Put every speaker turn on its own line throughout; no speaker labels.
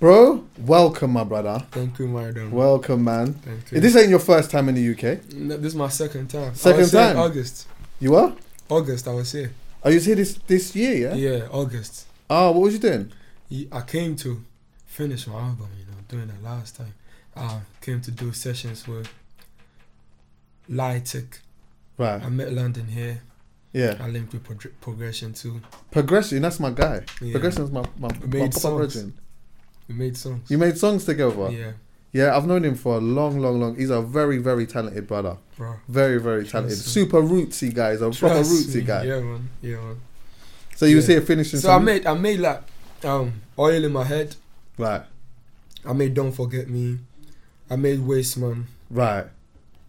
Bro, welcome, my brother.
Thank you, Maradon.
Welcome, man.
Mm-hmm. Thank you.
This ain't your first time in the UK.
No, this is my second time. I
Second
was here in
time?
August.
You are?
August, I was here.
Are you here this this year?
Yeah,
Yeah.
August.
Ah, what was you doing?
Y- I came to finish my album, you know, doing that last time. I came to do sessions with Lytech.
Right.
I met London here.
Yeah.
I linked with Pro- Progression too.
Progression. That's my guy.
Yeah.
Progression's my my,
made
my proper
songs.
brethren.
We made songs.
You made songs together.
Yeah,
Yeah, I've known him for a long, long, long. He's a very, very talented brother.
bro.
Very, very talented.
Trust me.
Super rootsy guy. He's a proper
Trust me.
rootsy guy.
Yeah, man. Yeah, man.
So you was
Yeah.
here finishing.
So I
some-
made, I made like, um, oil in my head.
Right.
I made don't forget me. I made waste man
Right.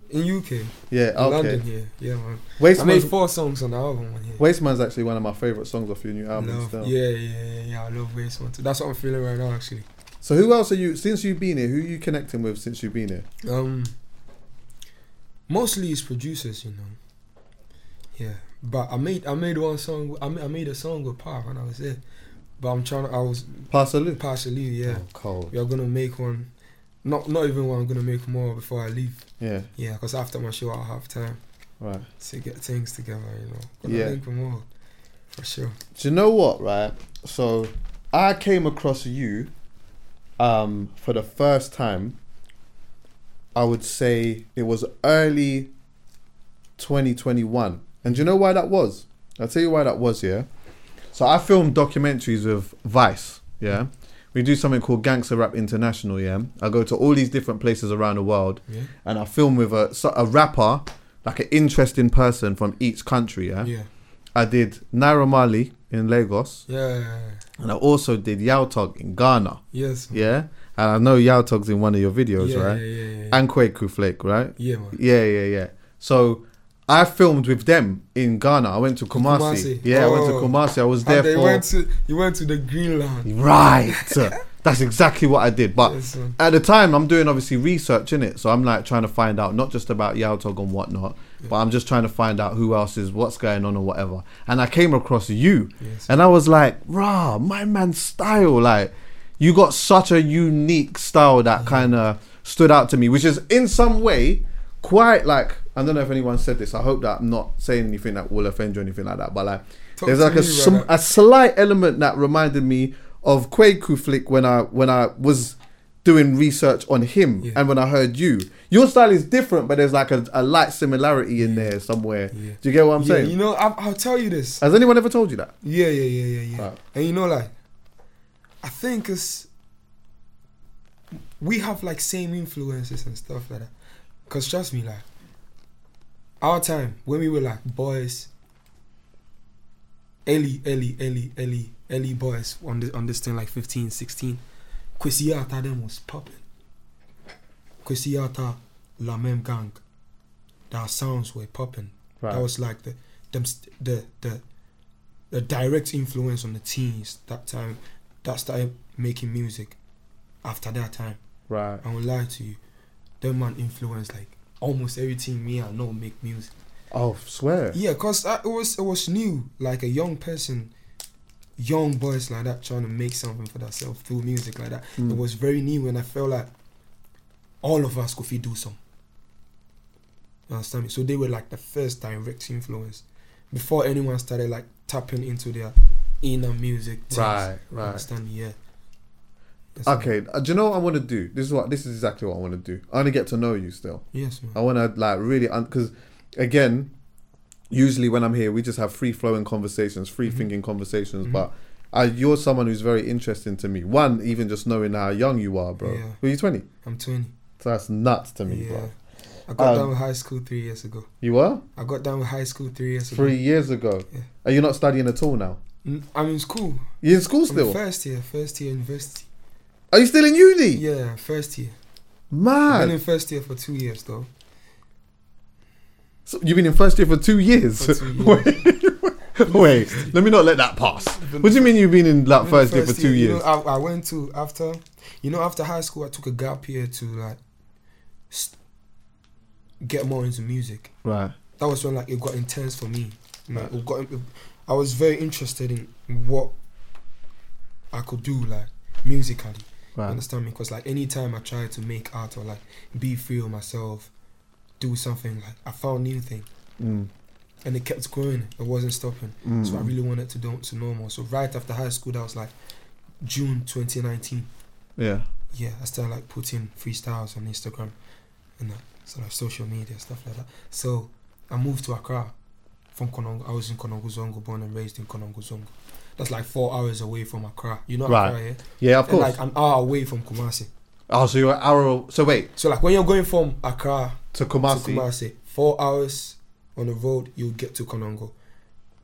in UK.
Yeah.
In London
Okay.
here. Yeah, man. I made
Wasteman's,
four songs on the album. Man, yeah.
Wasteman's actually one of my favorite songs off your new album.
Love.
still.
Yeah, yeah, yeah, yeah. I love Waste Man too. That's what I'm feeling right now, actually.
So who else are you? Since you've been here, who you connecting with since you've been here?
Um, mostly it's producers, you know. Yeah, but I made I made one song. I made, I made a song with Pa when I was there. But I'm trying. to I was
Parsalu.
partially yeah.
Oh, cold.
We are gonna make one. Not not even one. I'm gonna make more before I leave.
Yeah.
Yeah, because after my show I'll have time
Right.
to get things together. You know. Gonna
Yeah.
Make more, for sure.
Do you know what, right? So I came across you um for the first time. I would say it was early 2021. And do you know why that was? I'll tell you why that was, yeah. So I filmed documentaries with Vice, yeah. We do something called Gangster Rap International, yeah. I go to all these different places around the world
Yeah.
and I film with a, so- a rapper, like an interesting person from each country, yeah.
Yeah.
I did Naira Marley in Lagos,
Yeah.
and I also did Yao Tog in Ghana.
Yes. man.
Yeah, and I know Yao Tog's in one of your videos,
yeah,
right?
Yeah, yeah, yeah.
And Kwaku Flake, right?
yeah, man.
Yeah, yeah, yeah. So I filmed with them in Ghana. I went to Kumasi.
Kumasi.
Yeah, I went to
Oh.
Kumasi. I was there
and they
for
went to you went to the Greenland.
right. That's exactly what I did, but.
Yes, man.
At the time, I'm doing obviously research in it, so I'm like trying to find out not just about Yao Tog and whatnot, but I'm just trying to find out who else is, what's going on, or whatever. And I came across you,
Yes.
And I was like, rah, my man's style, like, you got such a unique style that kind of stood out to me, which is in some way quite like, I don't know if anyone said this. I hope that I'm not saying anything that will offend you or anything like that, but like,
Talk
there's
to
like a,
me,
sm-
brother.
a slight element that reminded me of Kwaku Flick when I when I was doing research on him
Yeah.
and when I heard you. Your style is different, but there's like a, a light similarity in there somewhere.
Yeah.
Do you get what I'm
yeah,
saying?
you know, I, I'll tell you this.
Has anyone ever told you that?
Yeah, yeah, yeah, yeah, yeah.
Right.
And you know, like, I think it's we have like same influences and stuff like that. Cause trust me, like, our time when we were like boys, early, early, early, early, early boys on this on this thing like 15, 16, Kwesiata them was popping. Kwesiata, La Mem Gang, their sounds were popping. That was like the them st- the the the direct influence on the teens that time that started making music after that time.
right.
I won't lie to you. Them man influenced like almost every teen me I know make music.
Oh, swear.
Yeah, cause I, it was it was new, like a young person, young boys like that trying to make something for themselves through music like that.
Hmm.
It was very new, and I felt like all of us could fit do some. You understand me? So they were like the first direct influence before anyone started like tapping into their inner music. things.
Right,
You
right.
Understand me? Yeah. That's it.
Okay, uh, do you know what I want to do? This is what this is exactly what I want to do. I want to get to know you still.
Yes, man.
I want to like really because again, usually when I'm here, we just have free flowing conversations, free
Mm-hmm.
thinking conversations. But uh, you're someone who's very interesting to me. One, even just knowing how young you are, bro.
Yeah.
Well, you're 20,
I'm 20.
so that's nuts to me,
Yeah.
bro.
I got
Um,
down with high school three years ago.
You were
I got down with high school three years ago.
three years ago.
Yeah.
Are you not studying at all now?
Mm, I'm in school.
You're in school
I'm
still?
First year, first year university.
Are you still in uni?
Yeah, first year. I've
Man,
been in first year for two years though.
so you've been in first year for two years.
For two years.
Wait, let me not let that pass. What do you mean you've been in like
I've been in
first year for two
you
years?
know, I, I went to after, you know, after high school, I took a gap year to like s get more into music.
Right.
That was when like it got intense for me. You know, it got, it- I was very interested in what I could do like musically.
Right.
You understand me? Because like anytime I try to make art or like be free of myself, do something like I found new thing
Mm.
and it kept growing. It wasn't stopping.
Mm.
So I really wanted to do to know more. So right after high school, that was like June 2019.
yeah.
Yeah, I started like putting freestyles on Instagram and that sort of social media stuff like that. So I moved to Accra from Konongo. I was in Konongo Zongo, born and raised in Konongo Zongo. That's like four hours away from Accra. You know
Right.
Accra, yeah?
Yeah, of
And
course.
like an hour away from Kumasi.
oh, so you're an hour. So wait,
So like when you're going from Accra
to Kumasi.
to Kumasi, four hours on the road, you'll get to Konongo.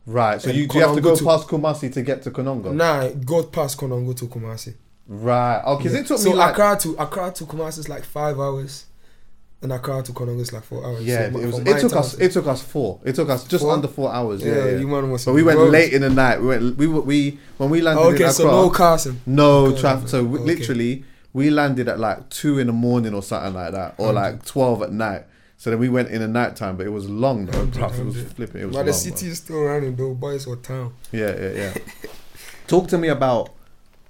Right. So
And
you do you have to
Konongo
go
to-
past Kumasi to get to Konongo?
Nah, go past Konongo to Kumasi.
Right. Oh, because
Yeah.
it took
so
me like.
Accra to Accra to Kumasi is like five hours, and Accra to Konongo is like four hours.
Yeah,
So my-
it, was,
for
it
my
took
time,
us. It took us four. It took us just
Four?
under four hours. Yeah,
yeah,
yeah.
you man was.
But we went
roads.
late in the night. We went. We were- we when we landed
Okay,
in Accra.
so no cars. and-
no
Okay,
traffic. So we,
okay.
literally, we landed at like two in the morning or something like that,
Mm.
or like twelve at night. So then we went in the night time, but it was long though.
Hundred,
bruv. It was
hundred.
flipping. It was
But the
long,
city
bruv.
is still running though, boys or town.
Yeah, yeah, yeah. Talk to me about.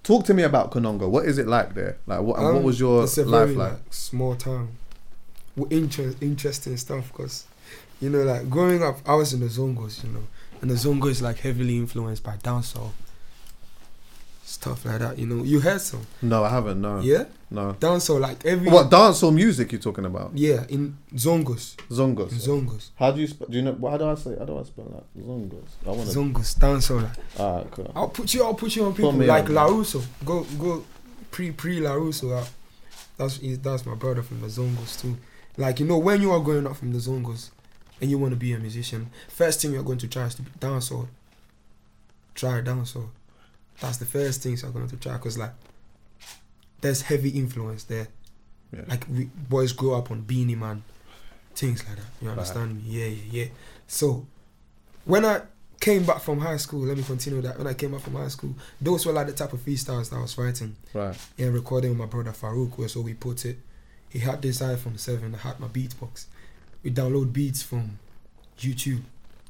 Talk to me about Konongo. What is it like there? Like, what, and what
Um,
was your
it's a
life
very
like?
like small town. With interest, interesting stuff, cause you know, like growing up, I was in the Zongos, you know, and the Zongo is like heavily influenced by dancehall stuff like that. You know, you heard some,
No, I haven't. No,
yeah,
no.
dancehall like every
What dancehall music you talking about?
Yeah, in Zongos.
Zongos.
In Zongos.
How do you sp- do you know? How do I say? How do I spell that? Zongos. I want to.
Zongos, dancehall. Like.
Ah, cool.
I'll put you I'll put you on people
me
like
on.
Larusso. Go go pre pre Larusso out. That's he's- that's my brother from the Zongos too. Like you know when you are growing up from the Zongos and you want to be a musician, first thing you're going to try is to be dancehall. Try dancehall. That's the first things you're going to try because like there's heavy influence there.
Yeah.
Like we boys grow up on Beanie Man, things like that. You understand me? Yeah, yeah, yeah. So when I came back from high school, let me continue that. When I came back from high school, those were like the type of freestyles that I was writing
Right.
and recording with my brother Farouk, where so we put it. He had this iPhone 7, I had my beatbox. We download beats from YouTube,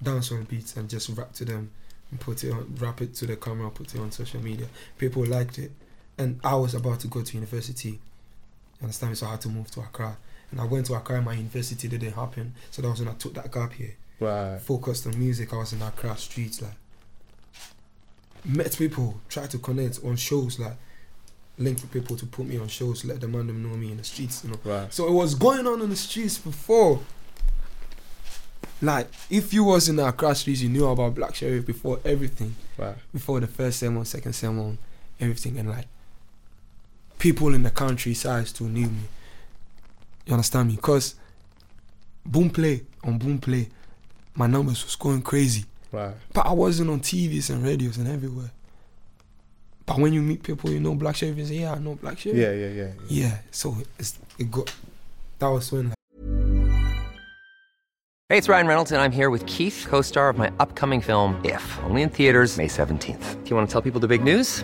dancehall beats, and just rap to them and put it on, rap it to the camera, put it on social media. People liked it. And I was about to go to university. You understand me? So I had to move to Accra. And I went to Accra, and my university didn't happen. So that was when I took that gap here
Right.
focused on music. I was in that crowd streets, like met people, tried to connect on shows, like linked with people to put me on shows, let the man them know me in the streets, you know.
Right.
So it was going on in the streets before. Like if you was in that crowd streets, you knew about Black Sheriff before everything,
Right.
before the first sermon, second sermon, everything, and like people in the countryside still knew me. You understand me? Cause boom play on boom play, my numbers was going crazy.
Right.
But I wasn't on TVs and radios and everywhere. But when you meet people, you know black sheriff and say, Yeah, I know black sheriff.
Yeah. Yeah. Yeah. yeah.
Yeah. So it's it got that was when like,
Hey, it's Ryan Reynolds, and I'm here with Keith, co star of my upcoming film, If, only in theaters, May 17th. Do you want to tell people the big news?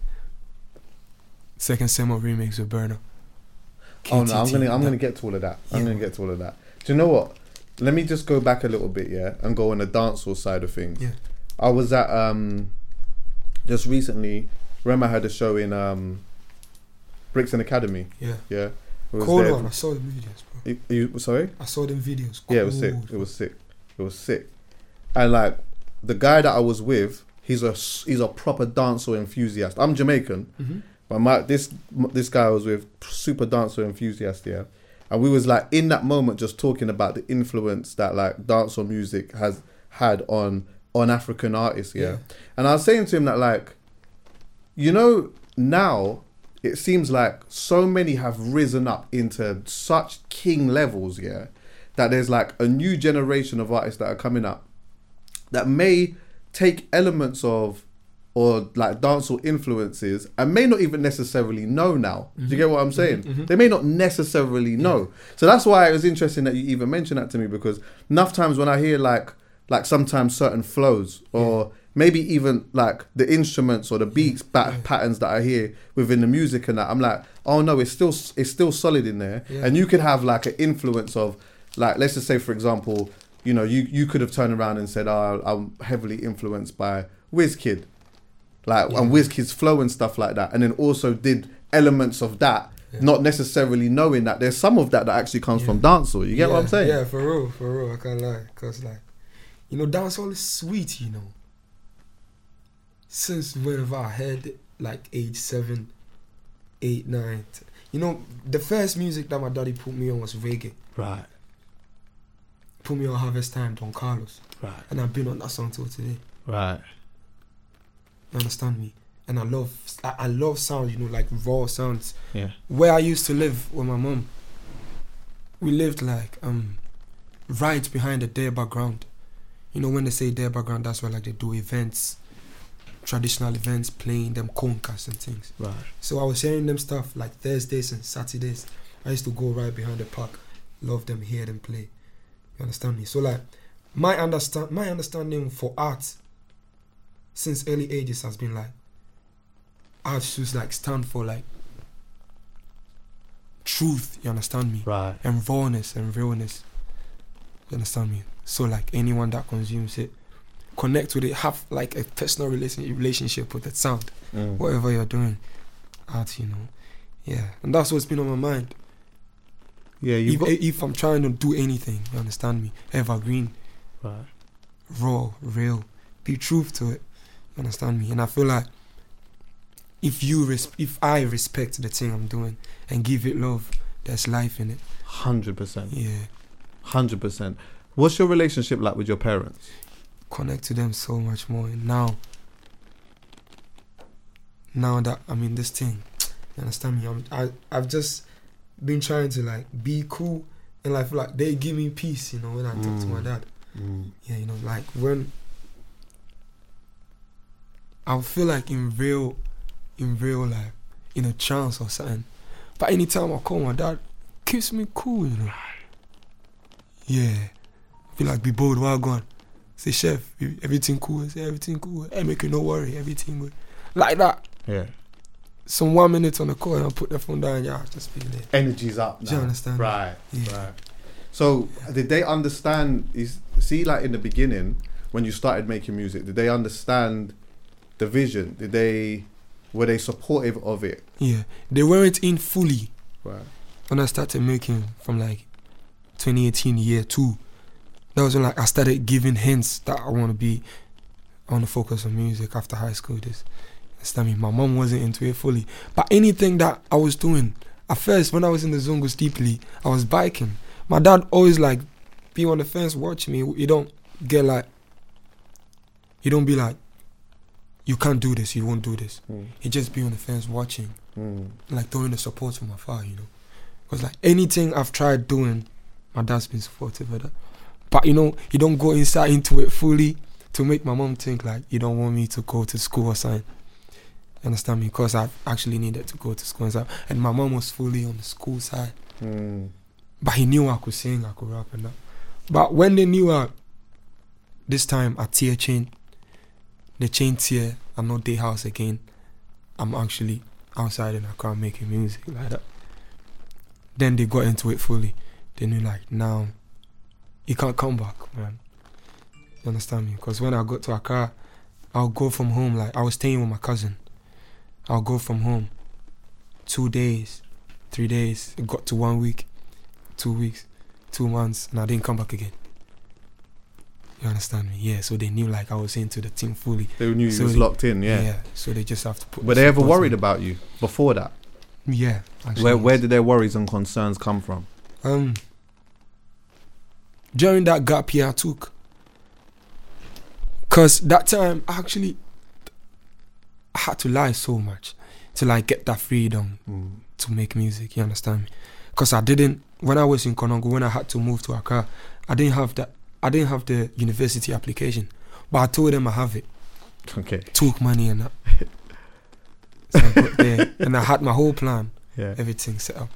Second sermon remix with Burner.
oh no, I'm
KTT,
gonna I'm
that-
gonna get to all of that. I'm
Yeah.
gonna get to all of that. Do you know what? Let me just go back a little bit, yeah, and go on the dancehall side of things.
Yeah.
I was at um just recently. Rema had a show in um Brixton Academy.
Yeah.
Yeah, it was
Cold
there.
one. I saw them videos, bro.
You, you- sorry?
I saw them videos.
Yeah, it was sick.
Cold.
It was sick. It was sick. And like the guy that I was with, he's a s- he's a proper dancer enthusiast. I'm Jamaican, but my this this guy I was with, super dancer enthusiast. Yeah, and we was like in that moment just talking about the influence that like dancehall music has had on on African artists. yeah,
Yeah.
and I was saying to him that like you know now it seems like so many have risen up into such king levels yeah that there's like a new generation of artists that are coming up that may take elements of or like dancehall influences and may not even necessarily know now. Do you get what I'm saying? They may not necessarily know. So that's why it was interesting that you even mentioned that to me because enough times when I hear like like sometimes certain flows or maybe even like the instruments or the beats bat- patterns that I hear within the music and that I'm like, oh no, it's still s- it's still solid in there.
Yeah.
And you could have like an influence of like let's just say for example you know you you could have turned around and said oh, i'm heavily influenced by wizkid like and wizkid's flow and stuff like that and then also did elements of that not necessarily knowing that there's some of that that actually comes from dancehall you get what i'm
Yeah,
saying
Yeah, for real, for real. I can't lie. Because, like, you know, dancehall is sweet, you know. Since whenever I heard it, like age seven, eight, nine. t- You know, the first music that my daddy put me on was reggae.
right
Put me on Harvest Time, Don Carlos.
right
And I've been on that song till today.
right
You understand me? And I love, I, I love sound, you know, like raw sounds.
yeah
Where I used to live with my mum, we lived like um, right behind the Derba ground. You know, when they say Derba ground, that's where like they do events, traditional events, playing them conkas and things.
right
So I was hearing them stuff like Thursdays and Saturdays. I used to go right behind the park, love them, hear them play. You understand me? So like my understand my understanding for art since early ages has been like art should like stand for like truth, you understand me?
right
And rawness and realness. You understand me? So like anyone that consumes it, connect with it, have like a personal relation, relationship with that sound
Mm.
whatever you're doing, art, you know. Yeah, and that's what's been on my mind.
yeah you
If,
got
if I'm trying to do anything, you understand me? Evergreen,
right
raw, real, be truth to it. You understand me? And I feel like if you res- if I respect the thing I'm doing and give it love, there's life in it.
100%
Yeah,
100% what's your relationship like with your parents
connect to them so much more. And now, now that I'm in this thing, you understand me? I'm, I, I've just been trying to like be cool and like feel like they give me peace, you know, when I talk to my dad. Yeah, you know, like when I feel like in real, in real life, in a trance or something. But anytime I call my dad, keeps me cool, you know. Yeah, feel like be bold while gone. Say chef, e-, everything cool. Say everything cool. Hey, make you no worry. Everything good. Like that.
yeah
Some one minute on the call and I put the phone down. Yeah, I'll just be there.
energy's up now.
Do you understand?
Right,
Um, Yeah.
right. So did they understand? Is see like in the beginning when you started making music? Did they understand the vision? Did they were they supportive of it?
Yeah, they weren't in fully
Right,
when I started making from like 2018 year two. That was when like I started giving hints that I want to be, I want to focus on music after high school. This, this I mean, my mom wasn't into it fully, but anything that I was doing at first when I was in the Zungus deeply, I was biking. My dad always like be on the fence, watch me. You don't get like, you don't be like, you can't do this, you won't do this. He just be on the fence watching, like throwing the support from afar, you know. Because like anything I've tried doing, my dad's been supportive of that. But you know, you don't go inside into it fully to make my mom think like you don't want me to go to school or something. You understand me? Because I actually needed to go to school and stuff. And my mom was fully on the school side. Hmm. But he knew I could sing, I could rap and that. But when they knew I this time I tier chain, they chain tier, I'm not day house again. I'm actually outside and I can't making music like that then they got into it fully. They knew like now, you can't come back, man. You understand me? Because when I got to Accra, I'll go from home. Like I was staying with my cousin. I'll go from home. Two days, three days. It got to one week, two weeks, two months, and I didn't come back again. You understand me? Yeah. So they knew like I was into the team fully.
They knew you
So
was
they-
locked in, yeah.
So they just have to put.
Were they ever
support
worried
me.
about you before that?
Yeah. actually,
Where where
yes.
did their worries and concerns come from?
Um, during that gap year I took, cause that time I actually I had to lie so much to like get that freedom to make music. You understand me? Cause I didn't when I was in Konongo when I had to move to Accra, I didn't have that. I didn't have the university application, but I told them I have it.
Okay.
Took money and that. so I got there and I had my whole plan
Yeah.
everything set up.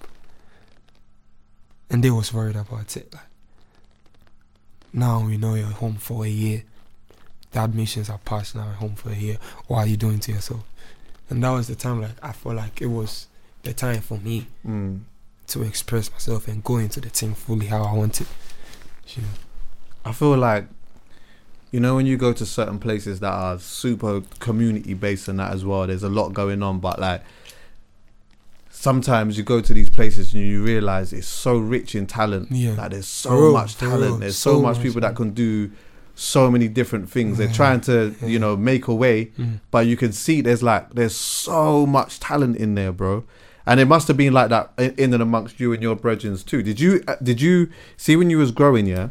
And they was worried about it. Like, now we know you're home for a year. The admissions are passed now, you're home for a year. What are you doing to yourself? And that was the time like I felt like it was the time for me
Mm.
to express myself and go into the thing fully how I want it. You know?
I feel like you know when you go to certain places that are super community based and that as well. There's a lot going on, but like sometimes you go to these places and you realize it's so rich in talent.
Yeah.
Like there's so
For real,
much
for
talent.
real,
There's so,
so
much
much,
people that
man.
can do so many different things. They're
Yeah.
trying to
Yeah.
you know make a way,
Mm.
but you can see there's like there's so much talent in there, bro. And it must have been like that i- in and amongst you and your brethrens too. Did you uh, did you see when you was growing, yeah,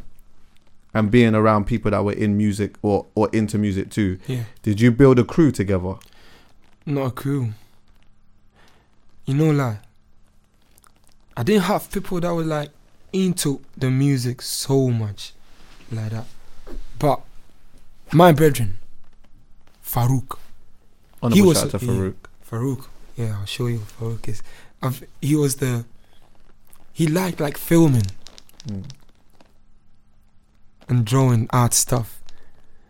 and being around people that were in music or or into music too?
Yeah.
Did you build a crew together?
Not a crew. You know, like I didn't have people that were like into the music so much, like that. But my brethren, Farouk,
Honorable
He was-
shout out to
yeah.
Farouk.
Farouk, yeah, I'll show you who Farouk is. I've, he was the he liked like filming
Mm.
and drawing art stuff.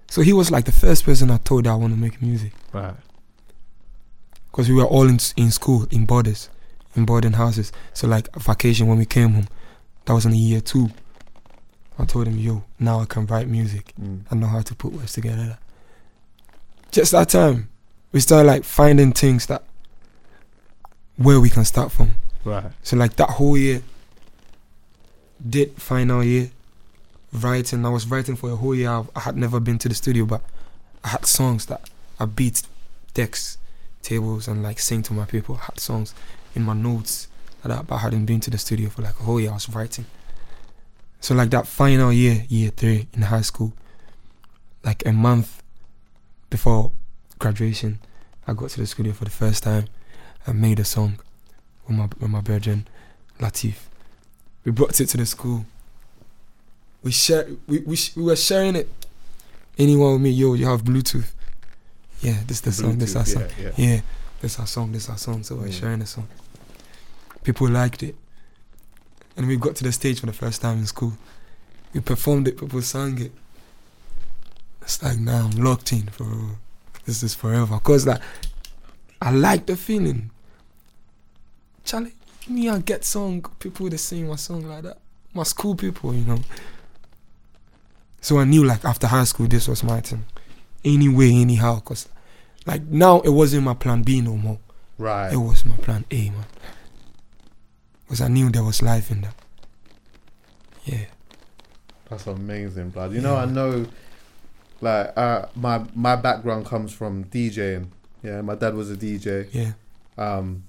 So he was like the first person I told that I want to make music.
Right.
because we were all in, in school in borders in boarding houses so like vacation when we came home that was in the year two i told him yo now i can write music
Mm.
i know how to put words together just that time we started like finding things that where we can start from
Right.
so like that whole year did final year writing i was writing for a whole year I've- i had never been to the studio but i had songs that i beat decks tables and like sing to my people I had songs in my notes like that but i hadn't been to the studio for like a whole year i was writing so like that final year year three in high school like a month before graduation i got to the studio for the first time i made a song with my with my brethren, Latif. We brought it to the school. We share we we, sh- we were sharing it. Anyone with me, yo, you have Bluetooth. Yeah, this the song. This our
Bluetooth,
song.
yeah, yeah.
Yeah, this our song. This our song. So we're
Mm.
sharing the song. People liked it, and we got to the stage for the first time in school. We performed it. People sang it. It's like now I'm locked in for this is forever. Cause like I like the feeling. Charlie, me I get song people they sing my song like that. My school people, you know. So I knew like after high school this was my thing. Anyway, anyhow, cause like now it wasn't my plan B no more. It
Right.
was my plan A, man. Cause I knew there was life in that. Yeah.
That's amazing, blood. You know, I know, like, uh, my my background comes from DJing. Yeah, my dad was a DJ.
Yeah.
um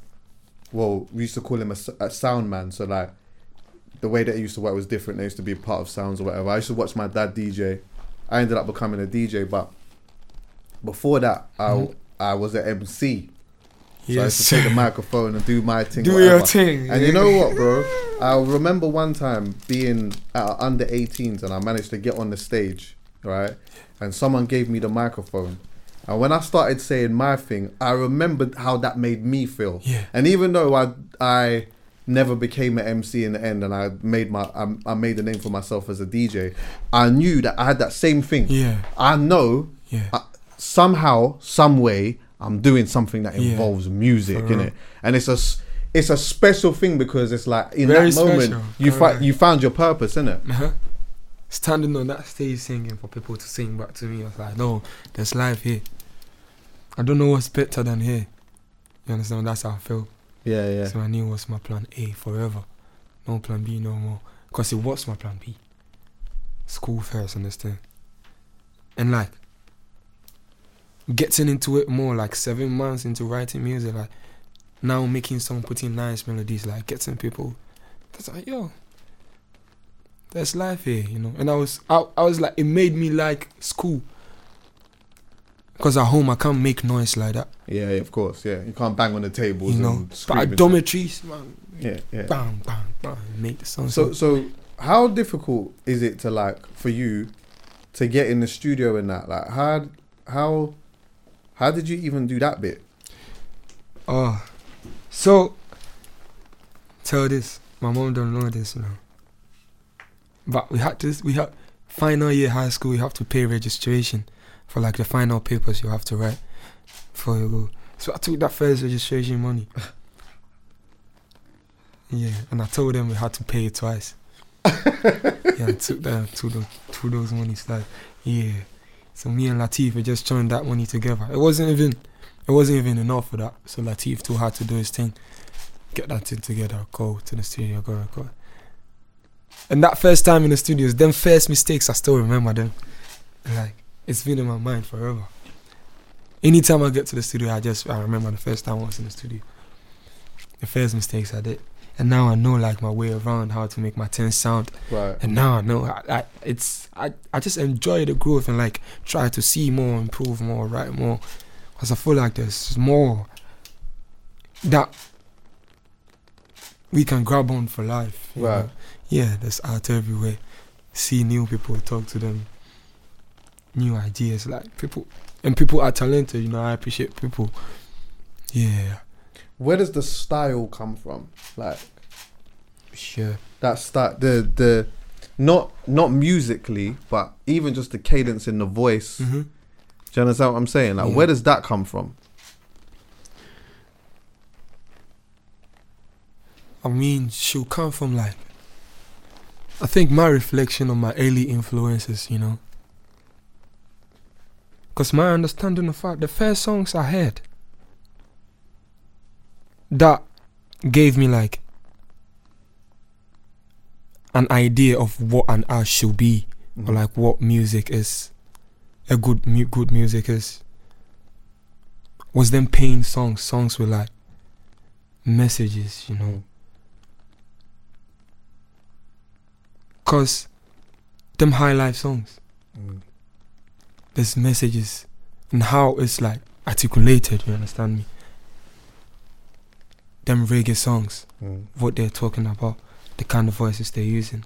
well we used to call him a, s- a sound man so like the way that he used to work was different they used to be part of sounds or whatever i used to watch my dad dj i ended up becoming a dj but before that i i was an mc so I used to take the microphone and do my thing.
Do your
whatever.
thing,
And you
yeah.
know what, bro? I remember one time being at under 18s and I managed to get on the stage, right? And someone gave me the microphone. And when I started saying my thing, I remembered how that made me feel.
Yeah.
And even though I I never became an MC in the end, and I made my I, I made a name for myself as a DJ, I knew that I had that same thing.
Yeah.
I know.
Yeah.
I, somehow, some way, I'm doing something that
Yeah.
involves music,
For real.
innit? And it's a s- it's a special thing because it's like in
Very
that moment
special,
you
for
fi-
real.
you found your purpose, innit?
Uh-huh. standing on that stage singing for people to sing back to me. I was like, no, there's life here. I don't know what's better than here. You understand? That's how I felt.
Yeah, yeah.
So I knew it was my plan A forever. No plan B no more. Because it was my plan B. School first, understand? And like, getting into it more, like seven months into writing music, like now making song, putting nice melodies, like getting people. That's like, yo, there's life here, you know? And I was, I, I was like, it made me like school. Because at home, I can't make noise like that,
Yeah, yeah, of course. Yeah, you can't bang on the
you
tables
know?
and
But
scream.
at
and-
dormitories, man,
yeah, yeah.
bang, bang, bang, make the sound.
So, so how difficult is it to like for you to get in the studio and that? Like, how how how did you even do that bit?
Oh, so tell this. My mom don't know this now. But we had this. We had final year high school. You have to pay registration for like the final papers you have to write for you go. So I took that first registration money. yeah, and I told them we had to pay it twice. yeah, I took that to the to those monies like yeah. So me and Latif we just joined that money together. It wasn't even it wasn't even enough for that. So Latif too had to do his thing, get that thing together, go to the studio, go record. And that first time in the studios, them first mistakes, I still remember them. Like it's been in my mind forever. Anytime I get to the studio, I just I remember the first time I was in the studio, the first mistakes I did, and now I know like my way around how to make my thing sound
Right.
and now I know I, I it's I, I just enjoy the growth and like try to see more, improve more, write more, because I feel like there's more that we can grab on for life. you
Right.
know? Yeah, there's art everywhere. See new people, talk to them, new ideas, like people, and people are talented. You know, I appreciate people. Yeah,
Where does the style come from? Like
sure.
that start the the not not musically, but even just the cadence in the voice.
Mm-hmm.
Do you understand what I'm saying? Like,
Yeah.
where does that come from?
I mean, she'll come from like. I think my reflection on my early influences, you know. Because my understanding of art, the first songs I heard that gave me like an idea of what an art should be, or like what music is, a good, mu- good music is, was them paying songs, songs with like messages, you know. Cause them high life songs, there's messages and how it's like articulated, you understand me? Them reggae songs, what they're talking about, the kind of voices they're using.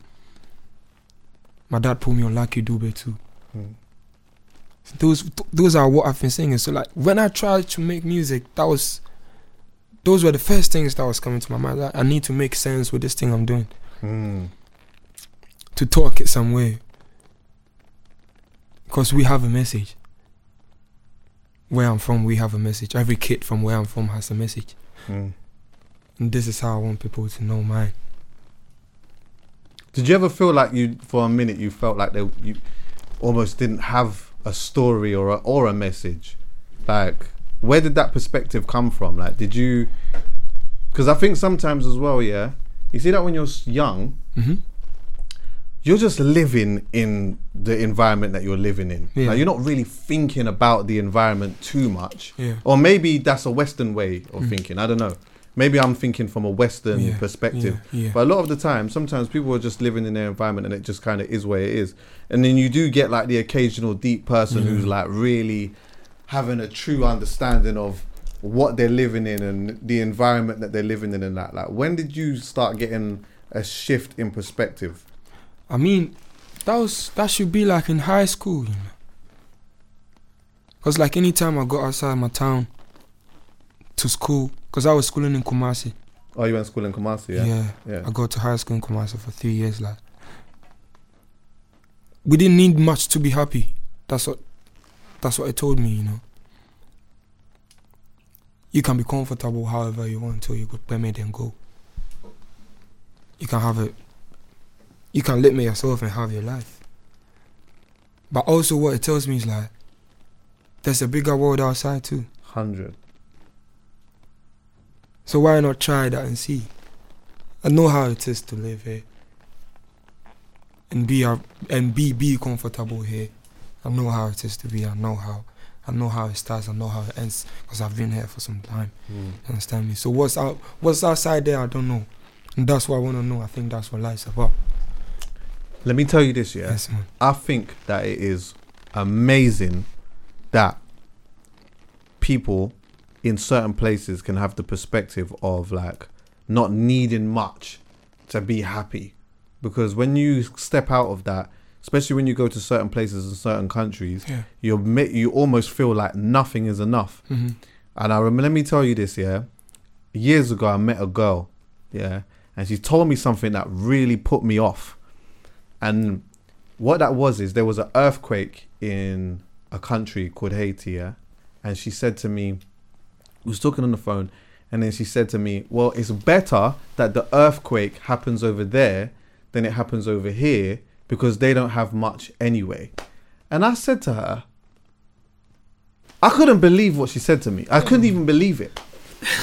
My dad put me on Lucky Dube too. Those th- those are what I've been singing. So like when I tried to make music, that was those were the first things that was coming to my mind. Like, I need to make sense with this thing I'm doing
Mm-hmm.
to talk it some way. Because we have a message. Where I'm from, we have a message. Every kid from where I'm from has a message. And this is how I want people to know mine.
Did you ever feel like you, for a minute, you felt like they, you almost didn't have a story or a, or a message? Like, where did that perspective come from? Like, did you? Because I think sometimes as well, yeah, you see that when you're s- young,
Mhm.
you're just living in the environment that you're living in.
Yeah.
Like, you're not really thinking about the environment too much.
Yeah. Mm.
Or maybe that's a Western way of thinking. I don't know. Maybe I'm thinking from a Western
Yeah,
perspective.
yeah, yeah.
But a lot of the time, sometimes people are just living in their environment and it just kind of is where it is. And then you do get like the occasional deep person who's like really having a true understanding of what they're living in and the environment that they're living in and that. Like, when did you start getting a shift in perspective?
I mean, that was that should be like in high school, you know. Cause like any time I got outside my town to school, cause I was schooling in Kumasi.
Oh, you went to school in Kumasi, yeah?
yeah.
Yeah.
I go to high school in Kumasi for three years. Like, we didn't need much to be happy. That's what, that's what it told me. You know, you can be comfortable however you want till you go permit and go. You can have it. You can limit yourself and have your life. But also, what it tells me is like, there's a bigger world outside too.
Hundred.
So why not try that and see? I know how it is to live here and be a- and be be comfortable here. I know how it is to be. I know how. I know how it starts. I know how it ends because I've been here for some time. You understand me? So what's out? What's outside there? I don't know. And that's what I want to know. I think that's what life's about.
Let me tell you this, yeah.
Yes, man.
I think that it is amazing that people in certain places can have the perspective of like not needing much to be happy. Because when you step out of that, especially when you go to certain places and certain countries,
Yeah.
you're ma- you almost feel like nothing is enough.
Mm-hmm.
And I remember, let me tell you this, yeah. Years ago, I met a girl, yeah, and she told me something that really put me off. And what that was is there was an earthquake in a country called Haiti, yeah? and she said to me, we was talking on the phone, and then she said to me, "Well, it's better that the earthquake happens over there than it happens over here because they don't have much anyway." And I said to her, I couldn't believe what she said to me. I
Hmm.
couldn't even believe it.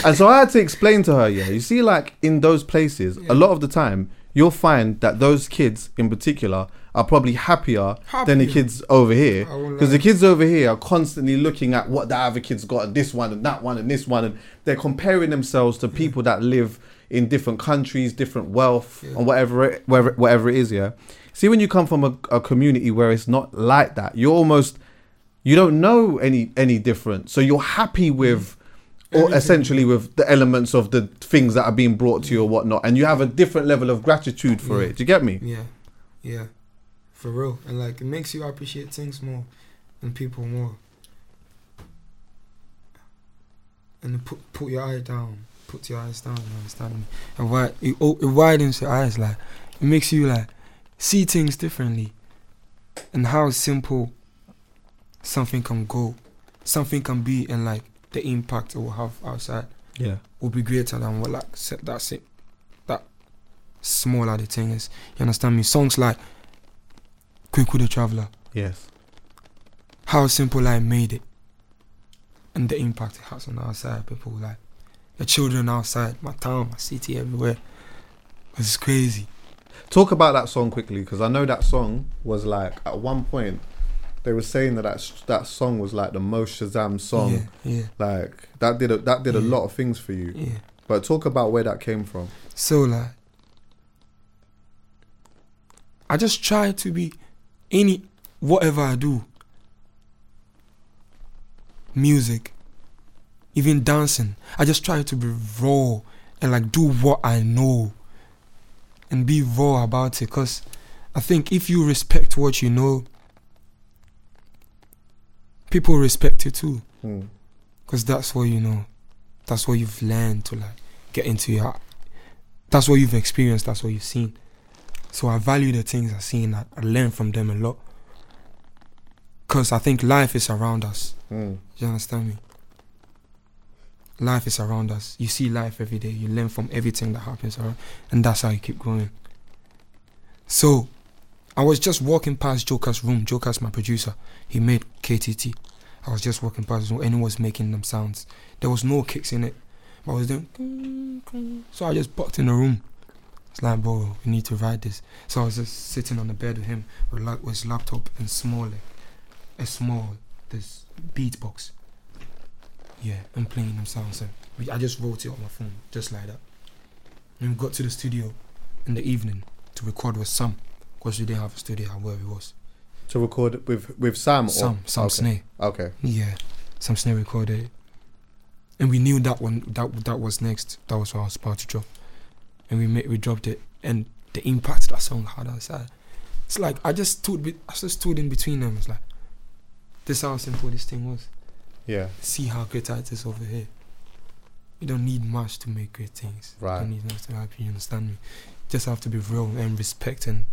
And so I had to explain to her, yeah, you see, like in those places, a lot of the time, you'll find that those kids in particular are probably happier than the
Happier.
kids over here.
I won't
Because the
lie.
kids over here are constantly looking at what the other kids got, and this one, and that one, and this one, and they're comparing themselves to people that live in different countries, different wealth, and whatever it, whatever, whatever it is, yeah. See, when you come from a, a community where it's not like that, you're almost you don't know any any different so you're happy with or essentially with the elements of the things that are being brought to you or whatnot and you have a different level of gratitude for it do you get me
Yeah, yeah, for real. And like, it makes you appreciate things more and people more. And put put your eye down, put your eyes down. You understand me? And why it, o- it widens your eyes. Like, it makes you like see things differently, and how simple something can go, something can be, and like the impact it will have outside
yeah
will be greater than what like se- that's it that smaller the thing is you understand me songs like Kweku the Traveler
yes
how simple I made it and the impact it has on the outside people like the children outside my town my city everywhere it's crazy
talk about that song quickly because i know that song was like at one point they were saying that that, sh- that song was like the most shazam song
yeah yeah
like that did a, that did a
Yeah.
lot of things for you
yeah
but talk about where that came from
So like, I just try to be any whatever I do. Music, even dancing. I just try to be raw and like do what I know and be raw about it. Cause I think if you respect what you know, people respect you too.
Mm.
Cause that's what you know. That's what you've learned to like get into your that's what you've experienced, that's what you've seen. So I value the things I've seen, I, I learn from them a lot. Because I think life is around us.
Mm.
You understand me? Life is around us. You see life every day. You learn from everything that happens around, and that's how you keep growing. So, I was just walking past Joker's room. Joker's my producer. He made KTT. I was just walking past his room, and he was making them sounds. There was no kicks in it. I was doing. So I just popped in the room. It's like, bro, we need to write this. So I was just sitting on the bed with him, with la- with his laptop and small, a small this beatbox. Yeah, and playing them sounds. And we, I just wrote it on my phone, just like that. And we got to the studio in the evening to record with Sam, because we didn't have a studio where we was.
to record with with sam or
Sam, Sam
Oh, okay.
Snare.
okay
Yeah, some snare recorded, and we knew that one that that was next. That was what I was about to drop, and we made, we dropped it, and the impact that song had outside. It's like I just stood be, I just stood in between them. It's like this is how simple this thing was.
yeah
See how great it is over here. You don't need much to make great things.
Right.
You don't need much to happen. You understand me? Just have to be real and respect and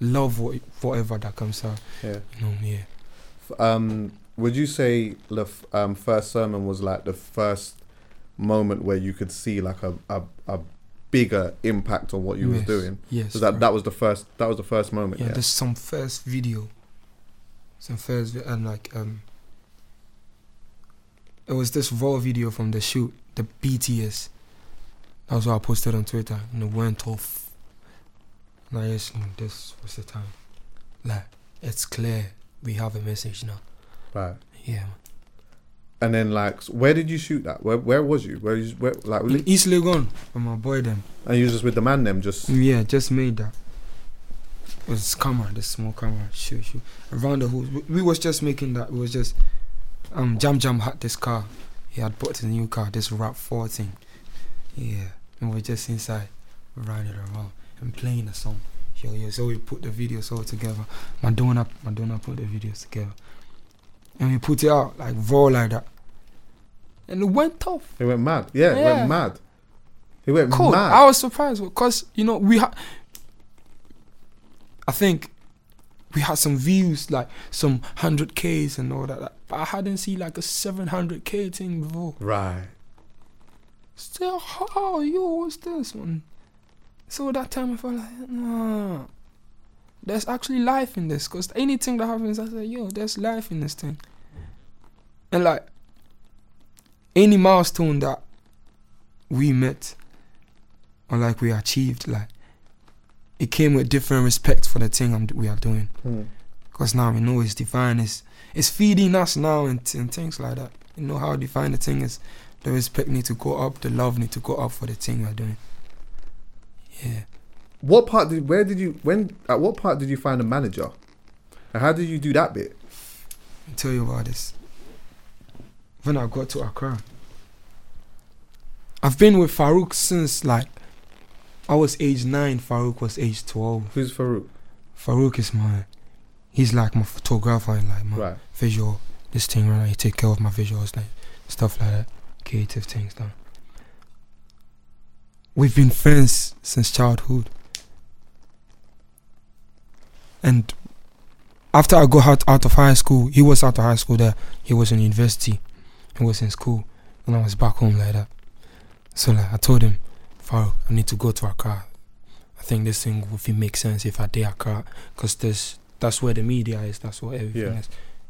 love what, whatever that comes out.
yeah
You know, yeah.
um, would you say the f- um, first sermon was like the first moment where you could see like a, a, a bigger impact on what you
Yes,
was doing?
Yes.
So
bro.
that that was the first that was the first moment.
Yeah,
Yeah.
there's some first video some Thursday and like um it was this raw video from the shoot, the BTS. That was what I posted on Twitter and it went off. And I just knew this was the time. Like, it's clear we have a message now.
Right.
Yeah.
And then like, s- where did you shoot that? Where where was you? Where you where like?
Man. East Legon with my boy them.
And you were just with the man them just.
Yeah, just made that. It was camera, the small camera, shoot, shoot. Around the hood. We- We was just making that. It was just um Jam Jam had this car. He had bought his new car, this Rap 14. Yeah. And we were just inside, riding around and playing the song. Yo, yo, so we put the videos all together. My donor my donor put the videos together. And we put it out like raw like that. And it went off.
It went mad. Yeah, it
Yeah.
went mad. It went
Cool.
mad.
I was surprised because you know we had. I think we had some views like some hundred k's and all that, like, but I hadn't seen like a seven hundred k thing before.
right.
Still, how yo, what's this one? So that time I felt like, nah, there's actually life in this. Cause anything that happens, I said, yo, there's life in this thing. And like, any milestone that we met or like we achieved, like, it came with different respect for the thing I'm, we are doing.
Hmm.
Cause now we know it's divine. It's it's feeding us now and, and things like that. You know how divine the thing is. The respect need to go up. The love need to go up for the thing we're doing. Yeah.
What part did? Where did you? When? At what part did you find a manager? And how did you do that bit?
I'll tell you about this. When I got to Accra, I've been with Farouk since like I was age nine. Farouk was age twelve.
Who's Farouk?
Farouk is my, he's like my photographer and like my
Right.
visual this thing right now you take care of my visuals like stuff like that creative things done we've been friends since childhood and after i got out, out of high school he was out of high school there he was in university he was in school and i was back home like that so like i told him Farouk, i need to go to accra i think this thing would make sense if i did accra because this that's where the media is that's where everything
Yeah.
is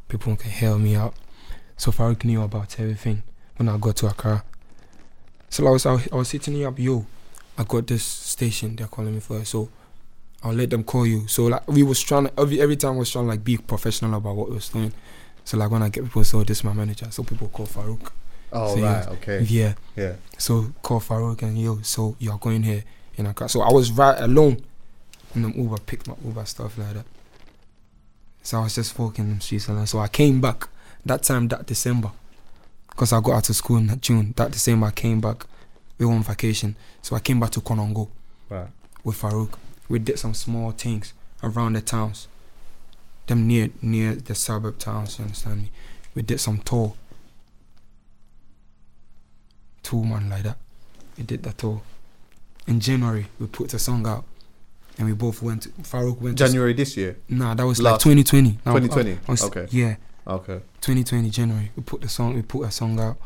people can help me out. So Farouk knew about everything when I got to Accra. So I was I was hitting him up, yo, I got this station they're calling me for, so I'll let them call you. So like we was trying to every every time I was trying to like be professional about what we was doing. So like when I get people, so this is my manager, so people call Farouk.
Oh
So he
right.
was-
Okay.
Yeah.
Yeah.
So call Farouk and yo, so you're going here in Accra. So I was right alone and then Uber picked my Uber stuff like that. So I was just walking in Switzerland. So I came back that time that December. Because I got out of school in June. That December I came back. We were on vacation. So I came back to Konongo
Right.
with Farouk. We did some small things around the towns, them near near the suburb towns. You understand me? We did some tour, tour man like that. We did that tour. In January, we put the song out, and we both went. To, Farouk went. to-
January this year.
nah, that was like
Last-
2020. Now,
2020,
I was-
okay.
Yeah.
Okay.
2020 January. We put the song, we put a song out.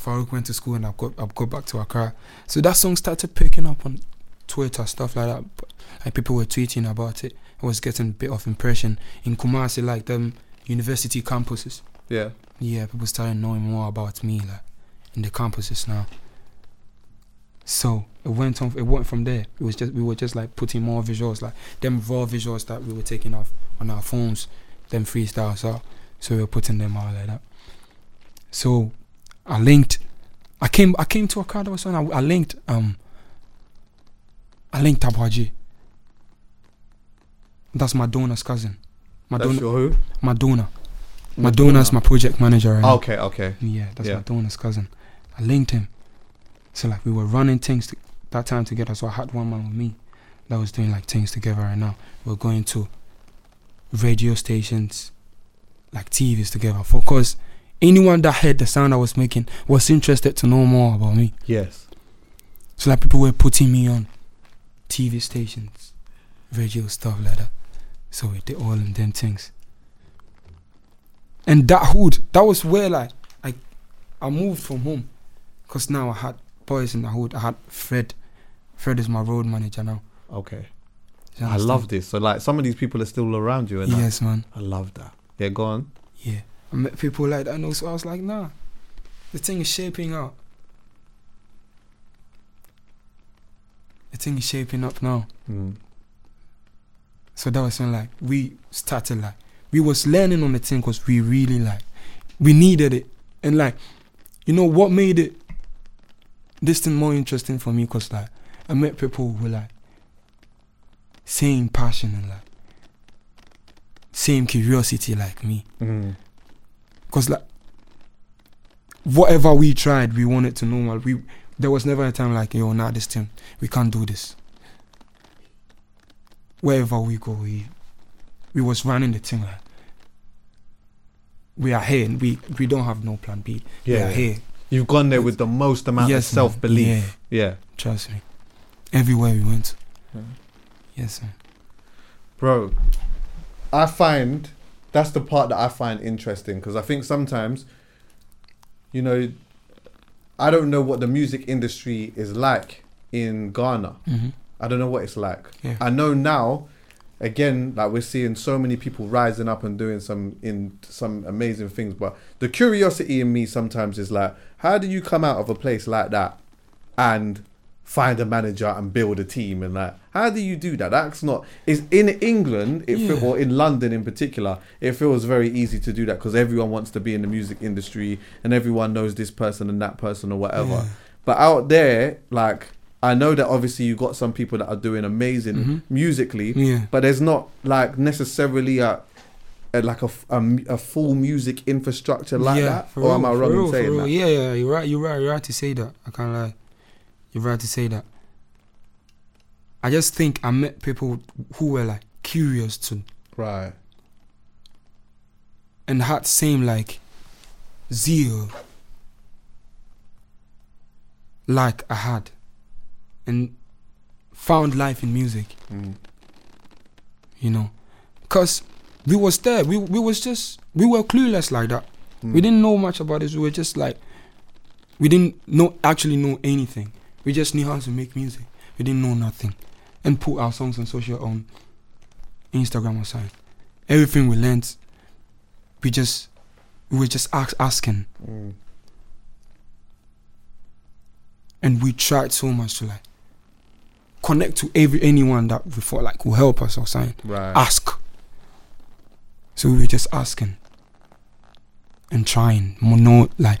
Farouk went to school and I've got I've got back to Accra. So that song started picking up on Twitter, stuff like that. But, Like people were tweeting about it. It was getting a bit of impression. In Kumasi, like them university campuses.
Yeah.
Yeah, people started knowing more about me, like in the campuses now. So it went on. It went from there. It was just we were just like putting more visuals, like them raw visuals that we were taking off on our phones, them freestyles out. So we were putting them out like that. So I linked. I came. I came to a crowd or something. I, I linked. Um. I linked Tabwaji. That's my donor's cousin. My
That's
donor.
your who?
My donor. My donor's my project manager right now.
Okay. Okay.
Yeah, that's
Oh. Yeah.
my donor's cousin. I linked him. So like we were running things to, that time together. So I had one man with me that was doing like things together right now. We are going to radio stations, like TVs together. For cause anyone that heard the sound I was making was interested to know more about me.
Yes.
So like people were putting me on TV stations, radio stuff like that. So we did all of them things. And that hood, that was where like I I moved from home. Cause now I had boys in the hood. I had Fred. Fred is my road manager now.
Okay.
You
I
understand?
love this. So like some of these people are still around you, and that.
Yes, man.
I love that. Yeah, go on.
Yeah. I met people like that, and also I was like, nah, the thing is shaping up. The thing is shaping up now.
Mm.
So that was when like we started like we was learning on the thing because we really like we needed it and like you know what made it this thing more interesting for me because like I met people who like same passion and like same curiosity like me
Mm.
because like whatever we tried we wanted to know like, we there was never a time like yo nah this thing we can't do this wherever we go we we was running the thing like we are here and we we don't have no plan b we
Yeah,
are
yeah.
here
You've gone there with the most amount
Yes,
of
man.
self belief. Yeah.
trust me everywhere we went yes man.
bro. I find that's the part that I find interesting because I think sometimes, you know, I don't know what the music industry is like in Ghana. I don't know what it's like.
Mm-hmm. Yeah.
I know now. Again, like we're seeing so many people rising up and doing some in some amazing things, but the curiosity in me sometimes is like, how do you come out of a place like that and find a manager and build a team and like how do you do that that's not is in england it feel,
Yeah.
or in london in particular it feels very easy to do that because everyone wants to be in the music industry and everyone knows this person and that person or whatever but out there like i know that obviously you got some people that are doing amazing musically
Mm-hmm. Yeah.
but there's not like necessarily a, a like a, f- a m- a full music infrastructure like that
for
or am
real,
i
for
wrong
real,
in
for
saying
real.
that
Yeah, yeah, you're right. You're right. You're right to say that. I can't lie. You're right to say that. I just think I met people who were like curious too
right
and had same like zeal like I had and found life in music. You know, cause we was there. We we was just we were clueless like that. We didn't know much about this. We were just like we didn't know actually know anything. We just knew how to make music. We didn't know nothing, and put our songs on social on Instagram or something. Everything we learnt, we just we were just ask, asking,
Mm.
and we tried so much to like connect to every anyone that we thought like will help us or something.
right
Ask. So we were just asking and trying, more no like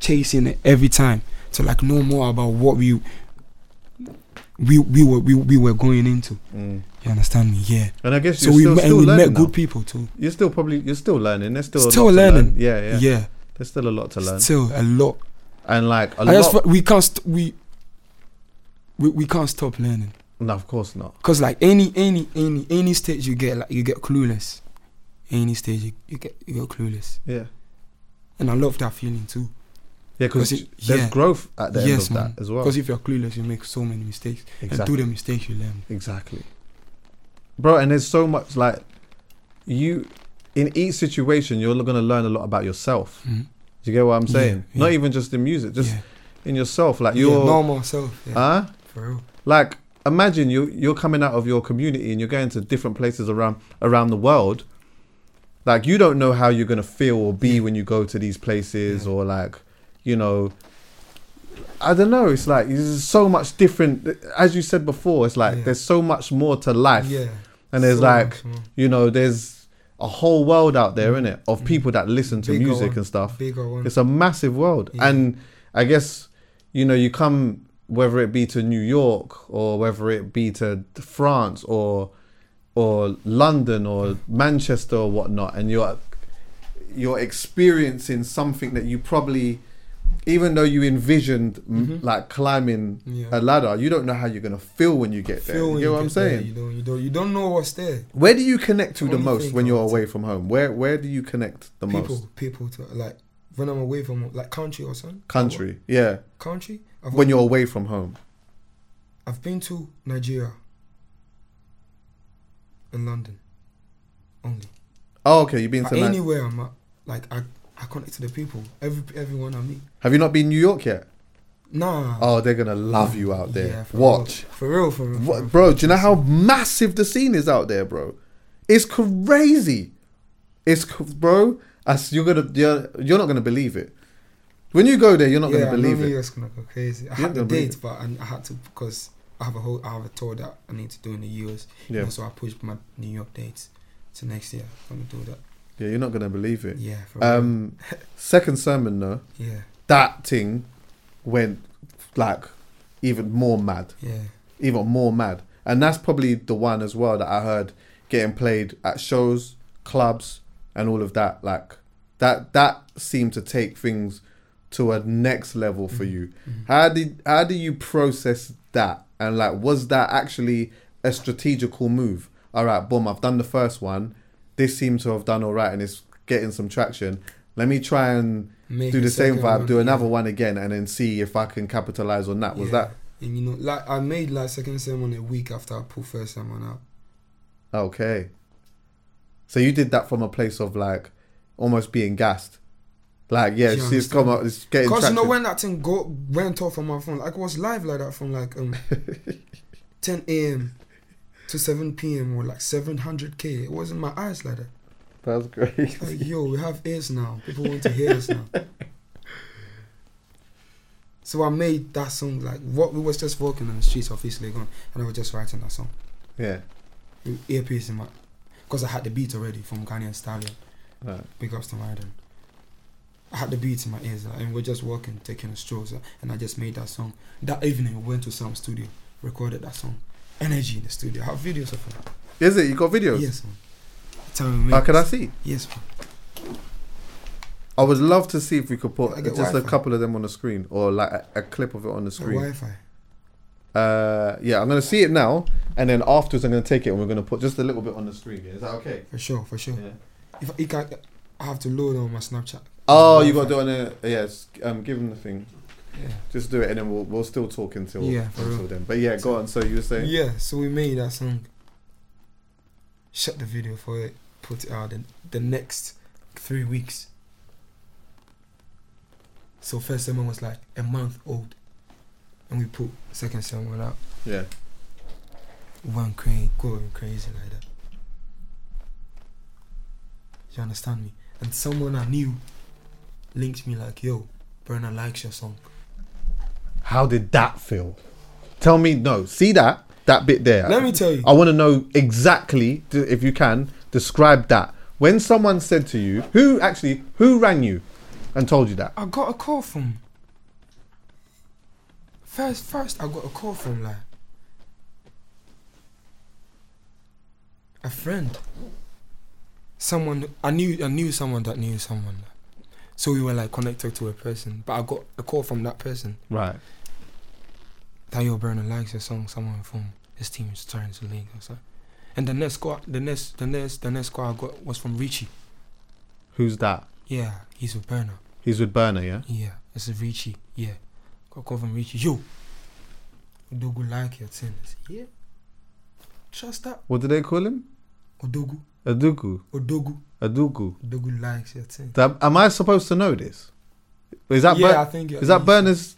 chasing it every time to like know more about what we we we were we, we were going into.
Mm.
You understand me? Yeah.
and i guess
So
you're
we
still,
met, and
still
we
learning
met
now.
good people too.
You're still probably you're still learning. There's still a
Still,
lot to learn.
learning.
Yeah, yeah,
yeah.
There's still a lot to learn.
Still a lot.
and like a
I just
lot.
fe- we can't st- we, we we can't stop learning.
no, of course not.
Cause like any any any any stage you get like you get clueless. Any stage you, you get you get clueless.
Yeah,
And I love that feeling too.
yeah, because
'Cause it-
there's
yeah.
growth at the end
yes,
of
man.
that as well.
Because if you're clueless you make so many mistakes. And
Exactly.
through the mistakes you learn.
Exactly, bro. And there's so much like you in each situation, you're gonna learn a lot about yourself.
Mhm.
Do you get what I'm
Yeah,
saying?
yeah.
Not even just in music, just
yeah.
in yourself. Like
your
you're,
normal self. Yeah.
huh?
for real.
Like imagine you you're coming out of your community and you're going to different places around around the world. Like you don't know how you're gonna feel or be when you go to these places or like, you know. I don't know. It's like there's so much different. As you said before, it's like
Yeah.
there's so much more to life,
Yeah.
and there's
so
like
much more. Mm.
you know there's a whole world out there, innit, of people that listen to
Bigger
music
one,
and stuff.
Bigger one.
It's a massive world,
Yeah.
and I guess you know you come whether it be to New York or whether it be to France or or London or Manchester or whatnot, and you're you're experiencing something that you probably even though you envisioned m like climbing
Mm-hmm. Yeah.
a ladder, you don't know how you're gonna feel when you get there.
Feel
you
when
get what I'm
get there,
saying?
you don't you don't you don't know what's there.
Where do you connect to the
Only
most
thing
when you're
about it.
away from home? Where where do you connect the
people
most?
people to like when I'm away from like country or something.
Country, yeah.
Country? I've
When you're away from home.
I've been to Nigeria and London only.
Oh, okay. You've been
But
to Ni-
anywhere I'm at, like I, I connect to the people, every everyone I meet.
Have you not been New York yet?
Nah.
Oh, they're gonna love you out there.
Yeah, for
Watch,
Real, for real, for real. for real.
what, bro. Do you know how massive the scene is out there, bro? It's crazy. It's c- bro. As you're gonna, you're, you're not gonna believe it. When you go there, you're not
yeah,
gonna believe
I knew you
it.
was gonna go crazy. I
You're
had the
gonna believe
date, but I, I had to because I have a whole I have a tour that I need to do in the US.
Yeah.
And so I pushed my New York dates to next year. I'm gonna do that.
Yeah, you're not gonna believe it.
Yeah. For
Um, second sermon though,
real. Yeah.
that thing went like even more mad.
Yeah.
even more mad. And that's probably the one as well that I heard getting played at shows, clubs, and all of that. Like that that seemed to take things to a next level
Mm-hmm.
for you. How did how do you process that? And like was that actually a strategical move? All right, boom, I've done the first one. This seems to have done all right and it's getting some traction. Let me try and
Make
do
a
the same
second
vibe,
one,
do
yeah.
another one again and then see if I can capitalize on that. Was
Yeah.
that
And you know, like I made like second sermon a week after I pulled first sermon out.
Okay. So you did that from a place of like almost being gassed. Like, yeah,
Do you
see it's come up, it's getting
Cause you know
traction.
when that thing go went off on my phone, like it was live like that from like um 10 a.m. to 7 p.m. or like 700k. It wasn't my eyes like that.
That's great.
Like yo, we have ears now. People want to hear us now. So I made that song like what we was just walking on the streets of East Legon, and I was just writing that song.
Yeah.
with Earpiece in my, cause I had the beat already from Ghanaian Stallion.
Right.
Big ups to Myron. I had the beats in my ears, like, and we're just walking, taking a stroll, so- and I just made that song. That evening, we went to some studio, recorded that song. Energy in the studio. I have videos of it.
Is it? You got videos?
Yes, man. Tell me.
How Ah, can I see?
Yes, man.
I would love to see if we could put
I
just
get
a
Wi-Fi.
couple of them on the screen or like a, a clip of it on the screen.
Wi-Fi.
Uh, yeah, I'm gonna see it now, and then afterwards I'm gonna take it and we're gonna put just a little bit on the screen. Yeah, Is that okay?
For sure, for sure.
Yeah.
If I, can, I have to load on my Snapchat.
Oh, you got to do it on a yes. Um, give them the thing.
Yeah.
Just do it, and then we'll we'll still talk until
Yeah, for
until
real.
then. But yeah, go on. So you were saying?
Yeah, so we made that song. Shot the video for it, put it out in the next three weeks. So first sermon was like a month old, and we put second sermon out.
Yeah.
One crazy, going crazy like that. You understand me? And someone I knew linked me like, "Yo, Brenna likes your song."
How did that feel? Tell me, no, see that that bit there.
Let me tell you.
I want to know exactly, d- if you can, describe that. When someone said to you, who actually, who rang you, and told you that?
I got a call from. First, first I got a call from like a friend. Someone I knew, I knew someone that knew someone, so we were like connected to a person. But I got a call from that person.
Right.
That your burner likes your song. Someone from his team is trying to link us. up." And the next call, the next, the next, the next call I got was from Richie.
Who's that?
Yeah, he's a burner.
He's with Burner, yeah.
Yeah, it's a Richie. Yeah. Got a call from Richie. Yo, Odogu like your thing. I said, yeah. Trust that.
What do they call him?
Odogu.
Adugu.
Odogu.
Adugu.
Odogu likes your thing.
That, am I supposed to know this? Is that
Yeah,
Bur-
I think
is that
you-
Burner's?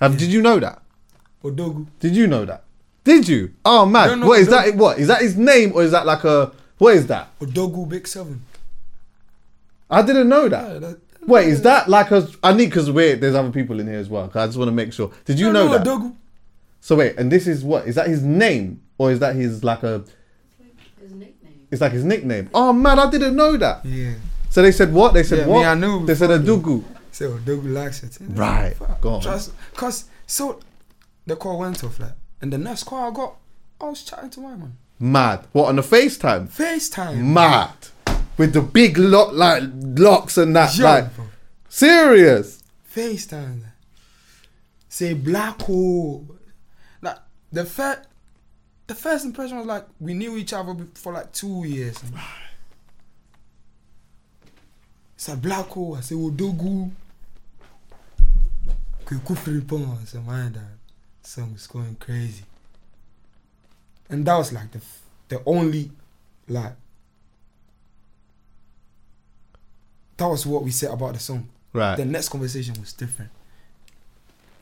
Um, Did you know that?
Odogu.
Did you know that? Did you? Oh
No,
man,
no,
what is
no.
that? What is that? His name or is that like a? What is that?
Odogu Big Seven.
I didn't know that.
Yeah, that-
Wait, is that like a? I need because wait, there's other people in here as well. 'cause I just want to make sure. Did you know
No, no,
that?
Odogu.
So wait, and this is what is that his name or is that his like a? It's like his nickname. Oh man, I didn't know that.
Yeah.
So they said what? They said
Yeah, me,
what?
I knew
They said a dugu.
So Odogu likes your thing.
Right, go on.
Trust. Cause so the call went off like, and the next call I got, I was chatting to my man.
Mad. What on the FaceTime?
FaceTime.
Mad. With the big lock like locks and that
Yo,
like
bro.
serious.
FaceTime. Say black hole. Like the first, the first impression was like we knew each other be- for like two years. It's a black hole. I say Odogu. Kukufripon. I say man, that song is going crazy. And that was like the f- the only like. That was what we said about the song
Right.
the next conversation was different.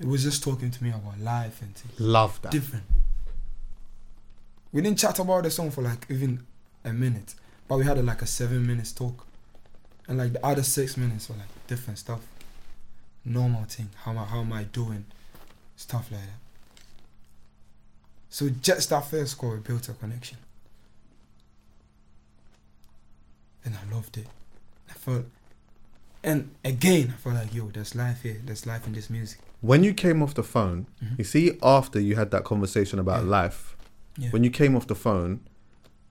It was just talking to me about life and things.
Love that.
different. We didn't chat about the song for like even a minute, but we had a, like a seven minutes talk, and like the other six minutes were like different stuff, normal thing. How am I, how am I doing? Stuff like that. So just that first call, we built a connection, and I loved it. I felt, and again, I felt like yo, there's life here. There's life in this music.
When you came off the phone,
Mm-hmm.
you see, after you had that conversation about life,
Yeah.
when you came off the phone,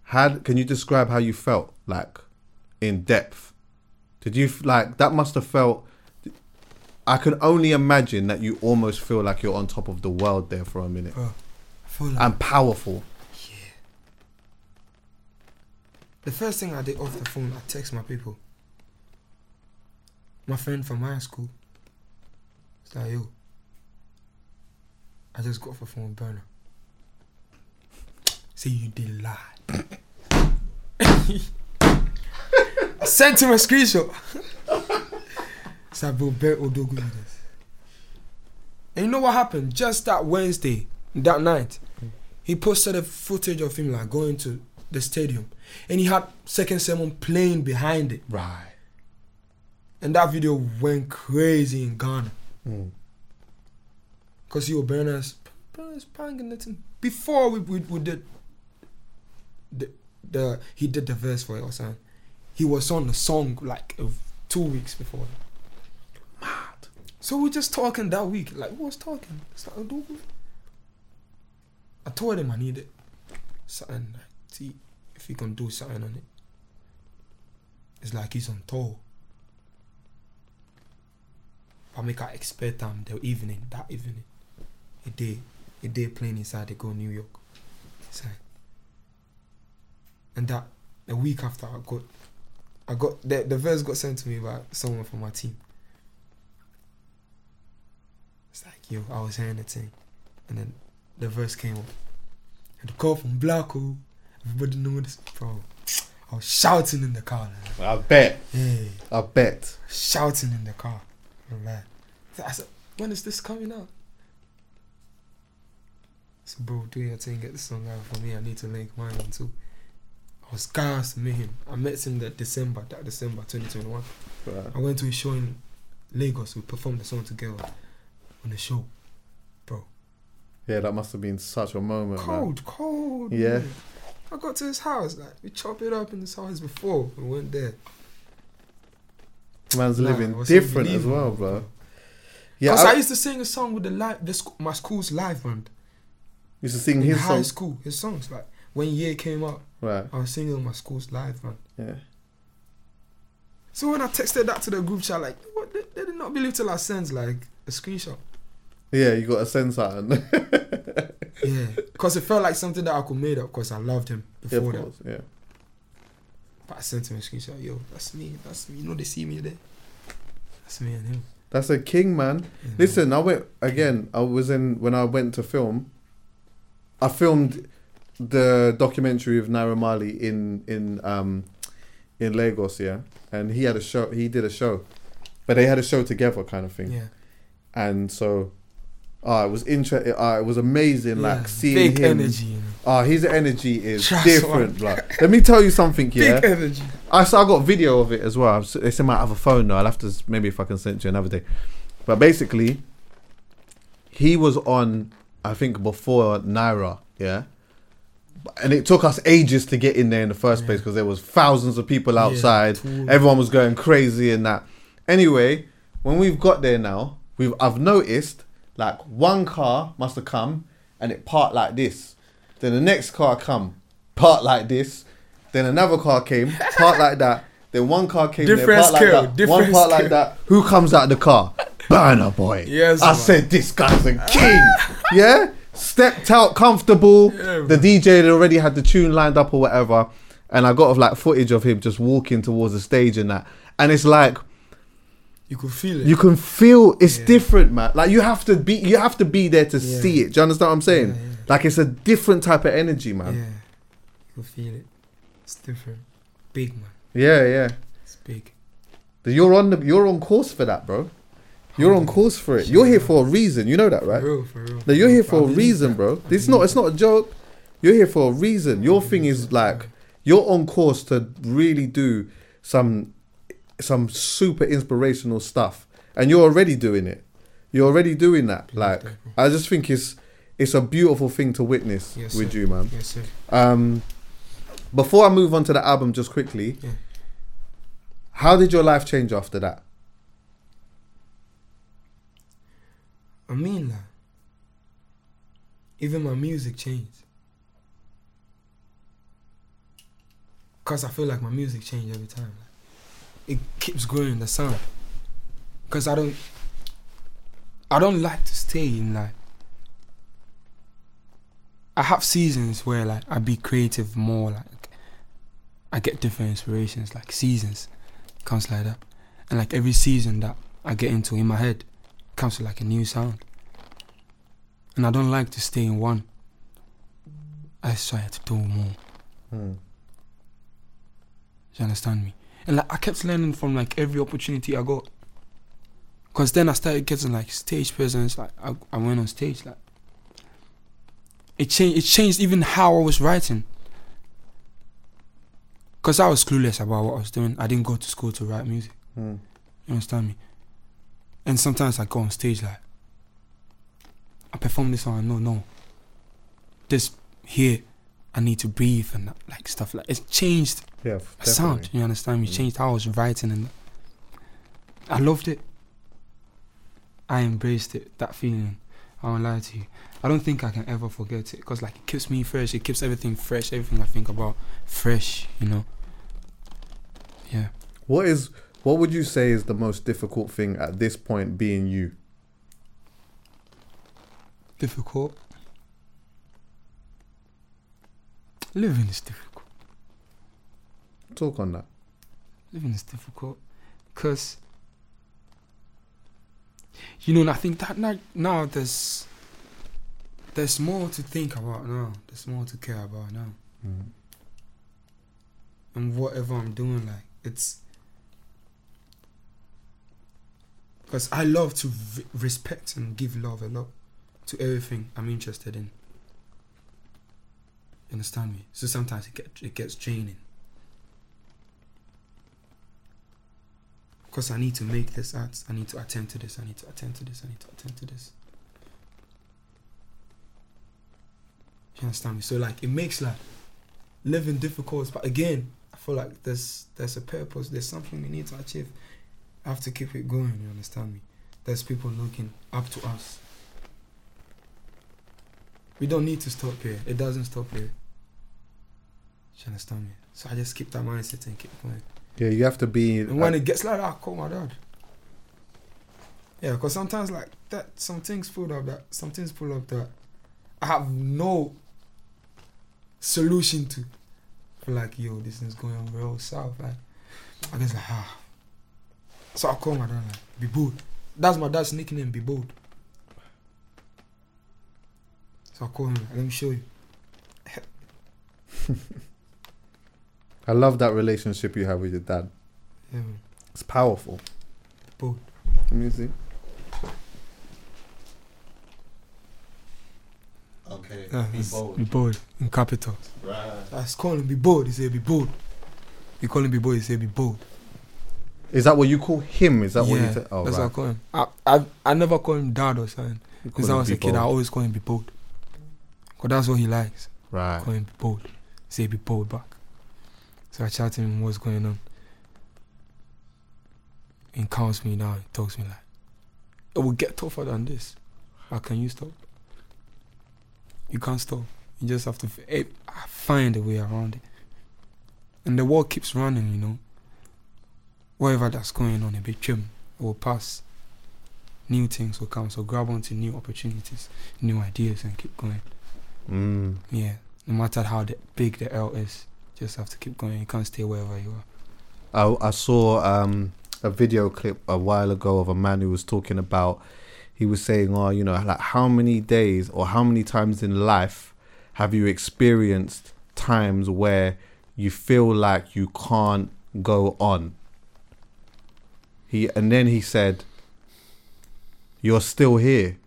had can you describe how you felt like in depth? Did you f- like that? Must have felt. I can only imagine that you almost feel like you're on top of the world there for a minute
Bro, I felt like
and powerful.
The first thing I did off the phone, I text my people. My friend from high school. It's like, yo, I just got off the phone with Burner. Say you did lie. I sent him a screenshot. it's like, bro, Bert will do good with this. And you know what happened? Just that Wednesday, that night, he posted a footage of him like going to the stadium and he had second sermon playing behind it
Right.
and that video went crazy in ghana
Mm.
because you were burners burners banging it in- before we, we, we did the, the he did the verse for it or something he was on the song like of two weeks before that. mad so we just talking that week like we was talking it's like, "Oh, "Dude, I told him I needed something like see if he can do something on it it's like he's on tour I make I expect him the evening, that evening. A day, a day plane inside they go New York. It's like, and that a week after I got I got the the verse got sent to me by someone from my team. It's like yo, I was hearing the thing. And then the verse came up. And the call from Blacko, everybody know this bro. I was shouting in the car, like,
I bet.
hey
I bet.
shouting in the car. I'm like, I said, when is this coming out? So bro, do your thing, get the song out for me. I need to link mine on too. I was gassed to meet him. I met him that December, that December 2021. I went to a show in Lagos. We performed the song together on the show. Bro,
Yeah, that must have been such a moment. man.
cold, cold.
Yeah.
man. I got to his house. Like we chopped it up in his house before. We went there.
Man's
Nah, it
living
was
different as
unbelievable.
well, bro. Yeah,
Because
I,
I, used to sing a song with the live, the sc- my school's live band.
used to sing
in
his
high
songs.
school, his songs. Like when Year came out,
Right.
I was singing on my school's live, man.
Yeah.
So when I texted that to the group chat, like, what? They, they did not believe till I sent like a screenshot.
Yeah, you got to send something.
Yeah, because it felt like something that I could made up. Because I loved him
yeah, of
before that.
course. Yeah.
But I sent him a screenshot. Yo, that's me. That's me. You know they see me there. That's me and him.
That's a king, man. Listen, I went again. I was in when I went to film. I filmed the documentary of Naira Marley in in um in Lagos, yeah, and he had a show. He did a show, but they had a show together, kind of thing.
Yeah.
And so, ah, it was interesting. Ah, it was amazing,
Yeah,
like seeing
big
him.
energy. You know?
Ah, his energy is
Trust
different,
one.
like. Let me tell you something, yeah.
Big energy.
I so I got video of it as well. I've s- It's in my other phone though. I'll have to s- maybe if I can send it to you another day. But basically, he was on. I think before Naira, yeah. And it took us ages to get in there in the first place because there was thousands of people
Yeah,
outside.
totally.
Everyone was going crazy and that. Anyway, when we've got there now, we've I've noticed like one car must have come and it parked like this. Then the next car come, parked like this. Then another car came, parked like that. Then one car came, there,
Different
parked
scale,
like that. One
different
part like
scale.
that. Who comes out of the car? Burner boy.
Yes,
I
man.
said this guy's a king. yeah, stepped out comfortable. the DJ had already had the tune lined up or whatever, and I got of like footage of him just walking towards the stage and that. And it's like
You could feel it.
you can feel it's different, man. Like you have to be, you have to be there to see it. Do you understand what I'm saying?
Yeah, yeah.
Like it's a different type of energy,
yeah.
man.
You could feel it. It's different. Big man.
Yeah, yeah.
It's big.
You're on the, you're on course for that, bro. You're on course for it. You're here for a reason. You know that, right?
For real, for real.
No, Uh, you're here
I
for a
believe
reason,
that.
bro.
I
It's
believe
not.
that.
It's not a joke. You're here for a reason.
Mm-hmm.
Your thing is like you're on course to really do some some super inspirational stuff, and you're already doing it. You're already doing that. Like I just think it's it's a beautiful thing to witness
Yes,
with
sir.
you, man.
Yes, sir.
Um, before I move on to the album, just quickly,
Yeah.
how did your life change after that?
I mean, like, even my music changed. Cause I feel like my music changed every time. Like, it keeps growing the sound. Cause I don't, I don't like to stay in like. I have seasons where like I be creative more. Like I get different inspirations. Like seasons comes like that, and like every season that I get into in my head, comes to like a new sound. And I don't like to stay in one. I try to do more. Do you understand me? And like I kept learning from like every opportunity I got. Cause then I started getting like stage presence. Like I, I went on stage. Like it changed. It changed even how I was writing. Cause I was clueless about what I was doing. I didn't go to school to write music. You understand me? And sometimes I go on stage like, I perform this song. No, no. This here, I need to breathe and that, like stuff like it's changed
Yeah,
a sound. You understand me? Changed how I was writing and I loved it. I embraced it. That feeling. I won't lie to you. I don't think I can ever forget it because like it keeps me fresh. It keeps everything fresh. Everything I think about fresh. You know. Yeah.
What is what would you say is the most difficult thing at this point being you?
difficult. Living is difficult.
Talk on that.
Living is difficult, cause you know. And I think that now, now there's there's more to think about now. There's more to care about now. And whatever I'm doing, like it's because I love to re- respect and give love a lot to everything I'm interested in. You understand me? So sometimes it, get, it gets draining. Because I need to make this art, I need to attend to this, I need to attend to this, I need to attend to this. You understand me? So like it makes like living difficult, but again, I feel like there's there's a purpose, there's something we need to achieve. I have to keep it going, you understand me? There's people looking up to us. We don't need to stop here. It doesn't stop here. Do you understand me? So I just keep that mindset and keep going.
Yeah, you have to be.
And when it gets like that, I call my dad. Yeah, because sometimes like that, some things pull up that, some things pull up that I have no solution to. But like, yo, this is going real south. Like, I guess like, ah. So I call my dad, like, be bold. That's my dad's nickname, be bold. So I call him, like, let me show you.
I love that relationship you have with your dad.
Yeah, man,
It's powerful.
bold.
Let me see.
Okay,
Yeah,
be
it's-
bold.
Be bold, in capital.
Right.
I call him be bold, he say be bold. You call him be bold, he say be bold.
Is that what you call him? Is that what you?
yeah,
T- oh,
that's
right.
what I call him. I, I, I never call him dad or something.
You call
Since I
him
was a
Big
kid, I
Bold.
always call him be bold. Because that's what he likes.
Right.
Call him be bold. Say be bold back. So I chat to him, what's going on? He calms me down. He talks to me like, it will get tougher than this. How can you stop? You can't stop. You just have to f- eh, find a way around it. And the world keeps running, you know. Whatever that's going on, it be trim. It will pass. New things will come. So grab onto new opportunities, new ideas, and keep going.
Mm.
Yeah, no matter how the, big the L is, just have to keep going. You can't stay wherever you are.
I, I saw um, a video clip a while ago of a man who was talking about he was saying oh you know like how many days or how many times in life have you experienced times where you feel like you can't go on he and then he said you're still here.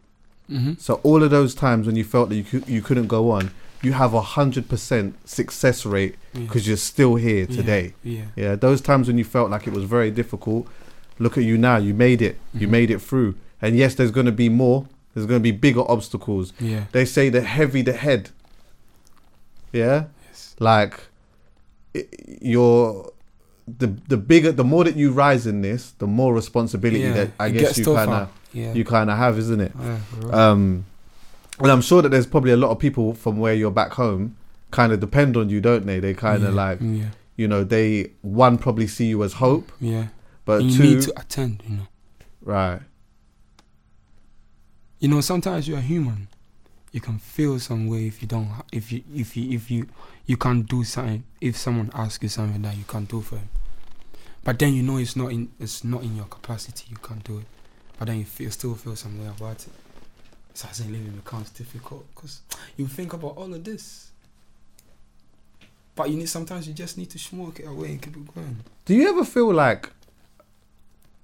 So all of those times when you felt that you cou- you couldn't go on, you have a hundred percent success rate because you're still here today.
Mm. yeah.
Yeah, those times when you felt like it was very difficult, look at you now. You made it.
Mm-hmm.
You made it through. And yes, there's going to be more. There's going to be bigger obstacles.
Yeah.
They say the heavy the head. Yeah.
Yes.
Like, i- you're the the bigger, the more that you rise in this, the more responsibility
Yeah,
that I
it
guess
gets
you
tougher.
kind of
Yeah.
you kind of have, isn't it?
Yeah, bro.
Um, and I'm sure that there's probably a lot of people from where you're back home kind of depend on you, don't they? They kind of
Yeah,
like,
yeah,
you know, they one probably see you as hope,
yeah.
but
you
two,
need to attend. You know,
right,
you know. Sometimes you are human. You can feel some way if you don't. ha- If you if you if you you can't do something. If someone asks you something that you can't do for him, but then you know it's not in it's not in your capacity. You can't do it, but then you feel still feel some way about it. So I say living becomes difficult because you think about all of this. But you need sometimes you just need to smoke it away and keep it going.
do you ever feel like,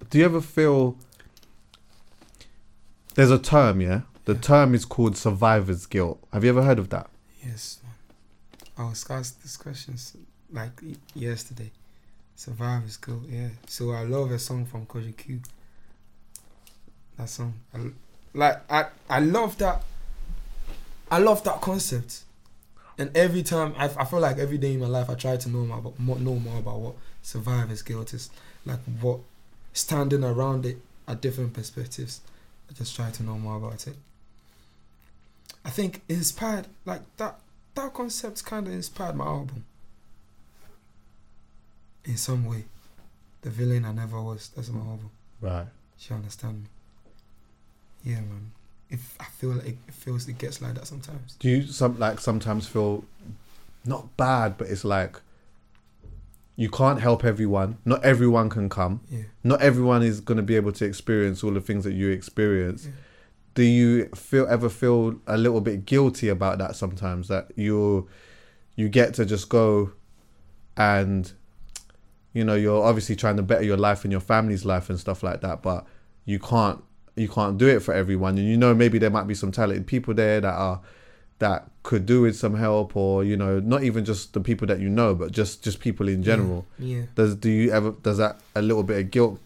do you ever feel there's a term, yeah? The term is called survivor's guilt. Have you ever heard of that?
Yes, man. I was asked this question s- like y- yesterday. Survive is cool, yeah. So I love a song from Koji Q. That song, I l like I, I love that. I love that concept, and every time I, I feel like every day in my life I try to know more about more, know more about what survivor's guilt is, like what standing around it at different perspectives. I just try to know more about it. I think inspired like that that concept kind of inspired my album in some way. The villain I never was. That's my album.
Right.
She understand me. Yeah, man. If I feel like it feels it gets like that sometimes.
Do you some like sometimes feel not bad, but it's like you can't help everyone. Not everyone can come.
Yeah.
Not everyone is going to be able to experience all the things that you experience. Do you feel ever feel a little bit guilty about that sometimes that you you get to just go and you know you're obviously trying to better your life and your family's life and stuff like that but you can't you can't do it for everyone and you know maybe there might be some talented people there that are that could do with some help or you know not even just the people that you know but just just people
Mm.
in general
Yeah.
does do you ever does that a little bit of guilt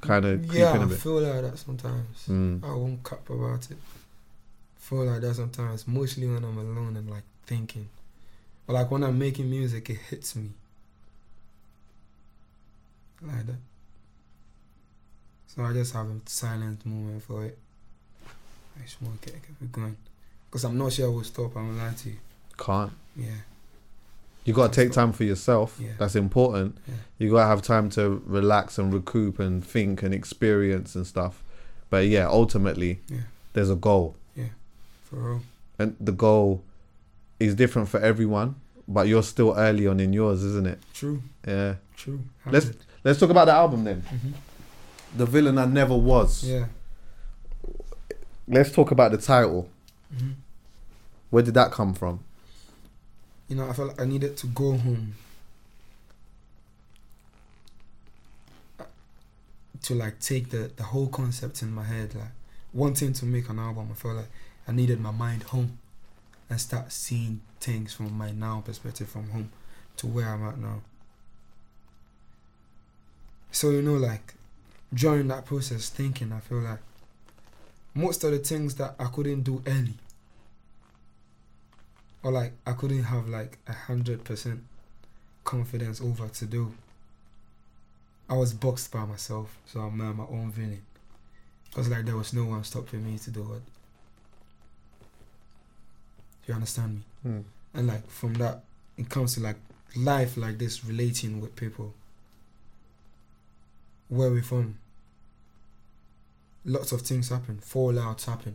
kind of creep
Yeah,
in a
I
bit
feel like that sometimes.
Mm.
I won't cap about it. Feel like that sometimes, mostly when I'm alone and like thinking. But like when I'm making music, it hits me. Like that. So I just have a silent moment for it. I smoke it, keep it going. Because I'm not sure I will stop, I'm lying to you.
can't
Yeah.
you got to
That's
take
not-
time for yourself
Yeah.
that's important
Yeah.
you got to have time to relax and recoup and think and experience and stuff but yeah ultimately
Yeah.
there's a goal
For real.
and the goal is different for everyone but you're still early on in yours isn't it
True,
yeah
true.
Let's-
Hundred.
let's talk about the album then the villain i never was
Mm-hmm. Yeah.
let's talk about the title
Mm-hmm.
where did that come from
you know, I felt like I needed to go home Uh, to like take the the whole concept in my head, like wanting to make an album. I felt like I needed my mind home and start seeing things from my now perspective, from home to where I'm at now. So you know, like during that process, thinking, I feel like most of the things that I couldn't do early or like I couldn't have like a hundred percent confidence over to do. I was boxed by myself, so I'm uh, my own villain. Cause like there was no one stopping me to do it. You understand me?
Mm.
And like from that, it comes to like life like this, relating with people. Where we from? Lots of things happen. Fallouts happen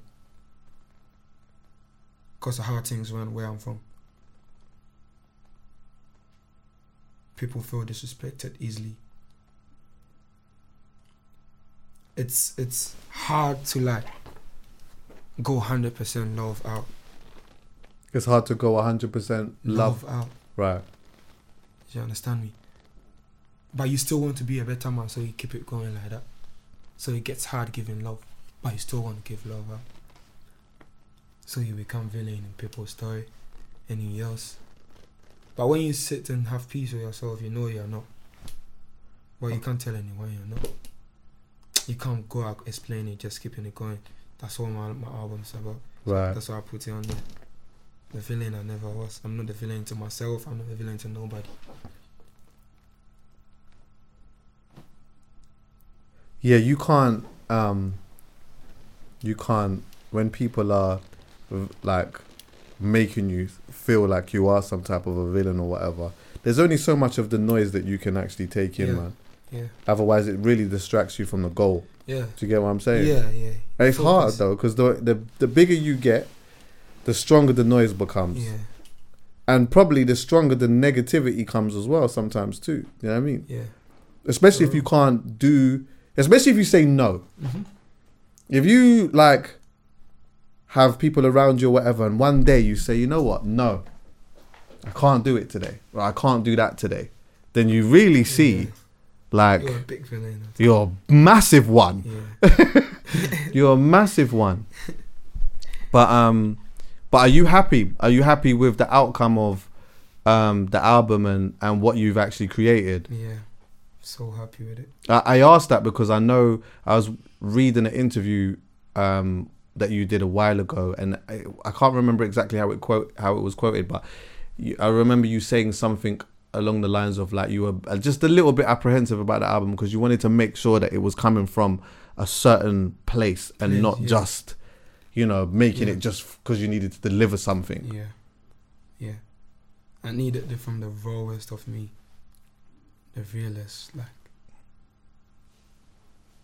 because of how things run where I'm from. People feel disrespected easily. It's it's hard to like go hundred percent love out,
it's hard to go 100% love,
love out.
right
Do you understand me? But you still want to be a better man, so you keep it going like that. So it gets hard giving love. but you still want to give love up. So you become villain in people's story, anything else. But when you sit and have peace with yourself, you know you're not. Well, you can't tell anyone you're not. You can't go out explaining, just keeping it going. That's all my, my album's about.
Right.
That's why I put it on there. The villain I never was. I'm not the villain to myself. I'm not the villain to nobody.
yeah you can't um you can't when people are v- like making you feel like you are some type of a villain or whatever there's only so much of the noise that you can actually take in
Yeah.
man
Yeah.
otherwise it really distracts you from the goal
Yeah.
do you get what i'm saying
Yeah, yeah.
And it's hard
Focus.
though because the, the the bigger you get the stronger the noise becomes
Yeah,
and probably the stronger the negativity comes as well sometimes too you know what i mean
yeah.
especially if you can't do especially if you say no if you like have people around you or whatever and one day you say you know what no i can't do it today or i can't do that today then you really see like
You're a big villain.
you're a massive one
Yeah.
you're a massive one but um but are you happy are you happy with the outcome of um the album and and what you've actually created
yeah. So happy with it.
I, I asked that because I know I was reading an interview um, that you did a while ago, and I, I can't remember exactly how it quote how it was quoted, but you, I remember you saying something along the lines of like you were just a little bit apprehensive about the album because you wanted to make sure that it was coming from a certain place and
Place,
not
yeah.
just you know making
Yeah.
it just because you needed to deliver something.
Yeah. Yeah. I needed it from the rawest of me. The realest, like.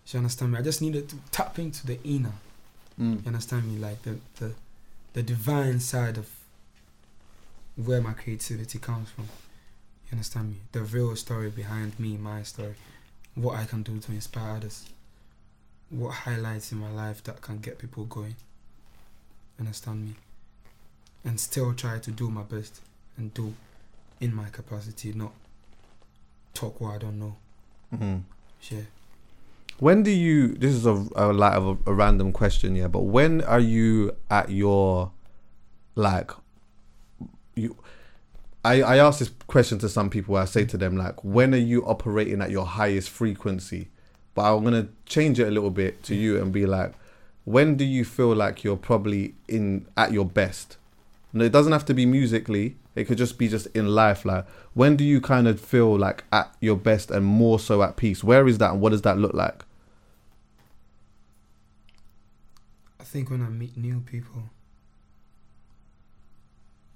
Do you understand me? I just needed to tap into the inner. You understand me? Like the, the the divine side of where my creativity comes from. You understand me? The real story behind me, my story. What I can do to inspire others. What highlights in my life that can get people going. Understand me? And still try to do my best and do in my capacity, not talk what I don't know. Yeah.
When do you? This is a, a like of a, a random question, yeah. But when are you at your like you? I I ask this question to some people. I say to them like, when are you operating at your highest frequency? But I'm gonna change it a little bit to you and be like, when do you feel like you're probably in at your best? No, it doesn't have to be musically. It could just be just in life. Like, when do you kind of feel like at your best and more so at peace? Where is that and what does that look like?
I think when I meet new people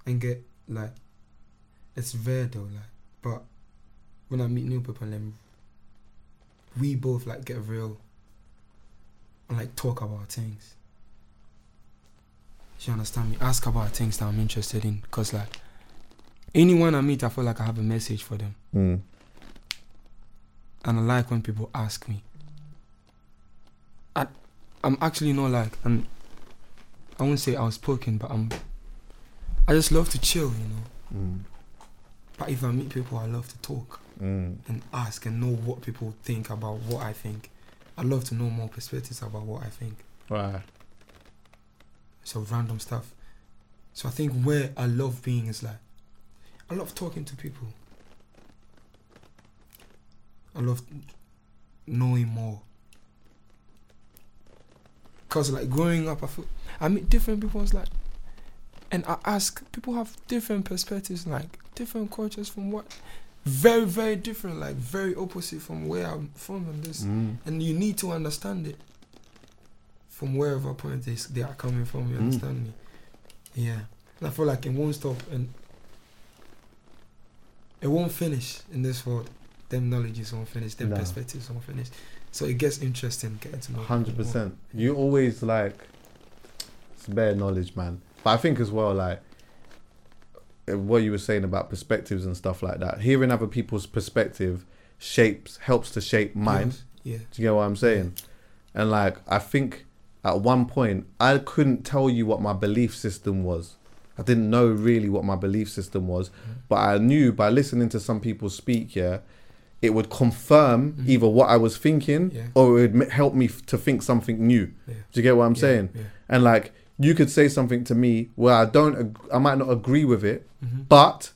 and get like it's rare though, like but when I meet new people and then we both like get real and like talk about things. Do you understand me? Ask about things that I'm interested in because like anyone I meet I feel like I have a message for them.
Mm.
and I like when people ask me. I, I'm actually not like I'm. I won't say outspoken, but I'm. I just love to chill, you know.
Mm.
But if I meet people, I love to talk
Mm.
and ask and know what people think about what I think. I love to know more perspectives about what I think.
Right.
So random stuff. So I think where I love being is like, I love talking to people. I love knowing more. Cause like growing up, I feel I meet different people. It's like, and I ask people have different perspectives, like different cultures from what, very very different, like very opposite from where I'm from and this and you need to understand it from wherever point they, s- they are coming from. You
Hmm.
understand me? Yeah, and I feel like it won't stop and it won't finish in this world. Them knowledges won't finish. Them
No.
perspectives won't finish. So it gets interesting getting to know. people
Hundred
more.
percent. You always like it's bare knowledge, man. But I think as well, like eh, what you were saying about perspectives and stuff like that. Hearing other people's perspective shapes helps to shape mine.
Yes,
Do you get what I'm saying? And like, I think at one point I couldn't tell you what my belief system was. I didn't know really what my belief system was, but I knew by listening to some people speak, yeah, it would confirm either what I was thinking
Mm-hmm. Yeah.
or it would m- help me f- to think something new. Do you get what I'm saying? And like you could say something to me where I don't, ag- I might not agree with it,
Mm-hmm.
but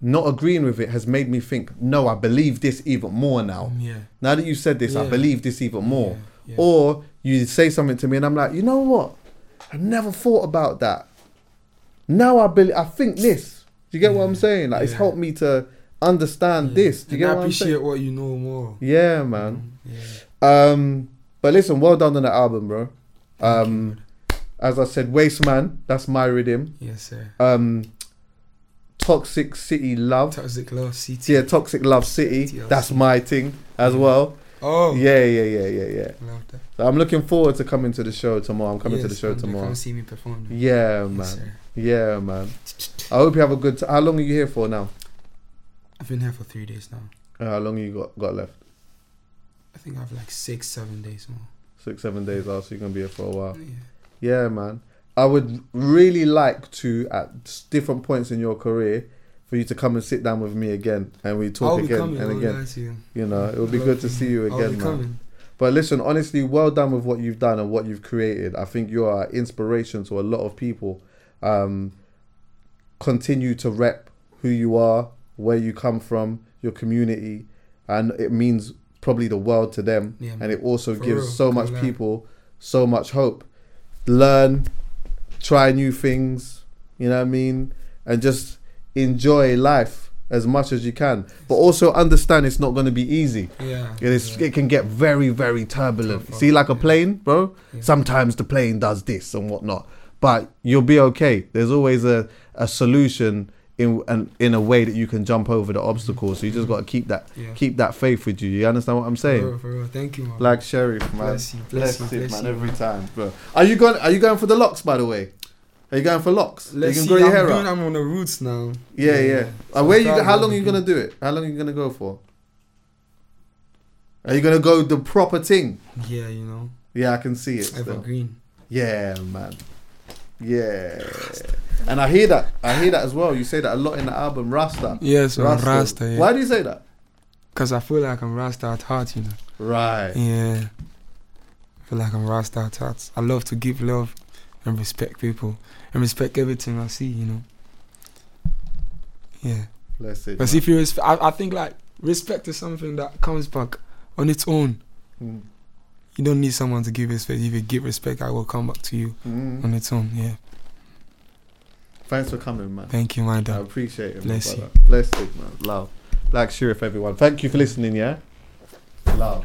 not agreeing with it has made me think. No, I believe this even more now.
Yeah.
Now that you said this, I
Yeah.
believe this even more.
Yeah, yeah.
Or you say something to me and I'm like, you know what? I never thought about that. Now I believe. I think this. Do you get what I'm saying? Like it's
Yeah.
helped me to understand this. Do you get
And I
what I'm
appreciate
saying?
what you know more.
Yeah, man.
Yeah.
Um, but listen, well done on the album, bro. Um, as I said, Waste Man, that's my rhythm.
Yes, sir.
Um, Toxic City Love.
Toxic Love CT.
yeah, Toxic Love City.
TLC.
That's my thing as well.
Oh.
Yeah, yeah, yeah, yeah, yeah.
Love that.
So I'm looking forward to coming to the show tomorrow. I'm coming to the
Yes,
show
and they
tomorrow.
Come see me perform.
Yeah, man.
Yes, sir.
yeah, man. I hope you have a good. T- How long are you here for now?
I've been here for three days now.
Uh, How long you got got left?
I think I have like six, seven days more.
Six, seven days. Oh, so you're gonna be here for a while.
Yeah.
Yeah, man. I would really like to, at s- different points in your career, for you to come and sit down with me again and we talk
I'll be
again
coming. oh,
and
I'll
again.
lie to you.
You know, it would be
I'll
good to see you
I'll
again,
be
man.
coming.
But listen, honestly, well done with what you've done and what you've created. I think you are inspiration to a lot of people. Um, continue to rep who you are, where you come from, your community, and it means probably the world to them.
Yeah,
and it also
for
gives
real,
so much
good luck.
people so much hope. Learn, try new things. You know what I mean, and just enjoy life as much as you can. But also understand it's not going to be easy.
Yeah.
It is. It can get very, very turbulent.
Tough,
See, like a
yeah.
plane, bro. Sometimes the plane does this and whatnot, but you'll be okay. There's always a, a solution in an, in a way that you can jump over the obstacle. So you just got to keep that
Yeah.
keep that faith with you. You understand what I'm
For
saying?
real, for real. Thank you, man.
Like Sherry, man.
Bless you, bless you, bless you.
every time, bro. Are you going? Are you going for the locks? By the way, are you going for locks?
Let's
you can
see.
grow your
I'm,
hair out.
doing, I'm on the roots now.
Yeah, yeah.
So
Uh, where
I'm
you?
proud
How
of
long are you
everything.
gonna do it? How long are you gonna go for? Are you gonna go the proper thing?
Yeah, you know.
Yeah, I can see it. Still.
Evergreen.
Yeah, man. Yeah. And I hear that. I hear that as well. You say that a lot in the album Rasta.
Yes, I'm Rasta, yeah.
Why do you say that?
Because I feel like I'm Rasta at heart, you know.
Right.
Yeah. I feel like I'm Rasta at heart. I love to give love and respect people and respect everything I see, you know. Yeah.
Bless it.
Because if you respect, I, I think like respect is something that comes back on its own.
Mm.
You don't need someone to give respect. If you give respect, I will come back to you
Mm.
on its own. Yeah.
Thanks for coming, man.
Thank you, my
I
dad.
appreciate it.
Bless
Bless you. Bless you, man. Love. Like Sheriff, everyone. Thank you for listening, yeah? Love.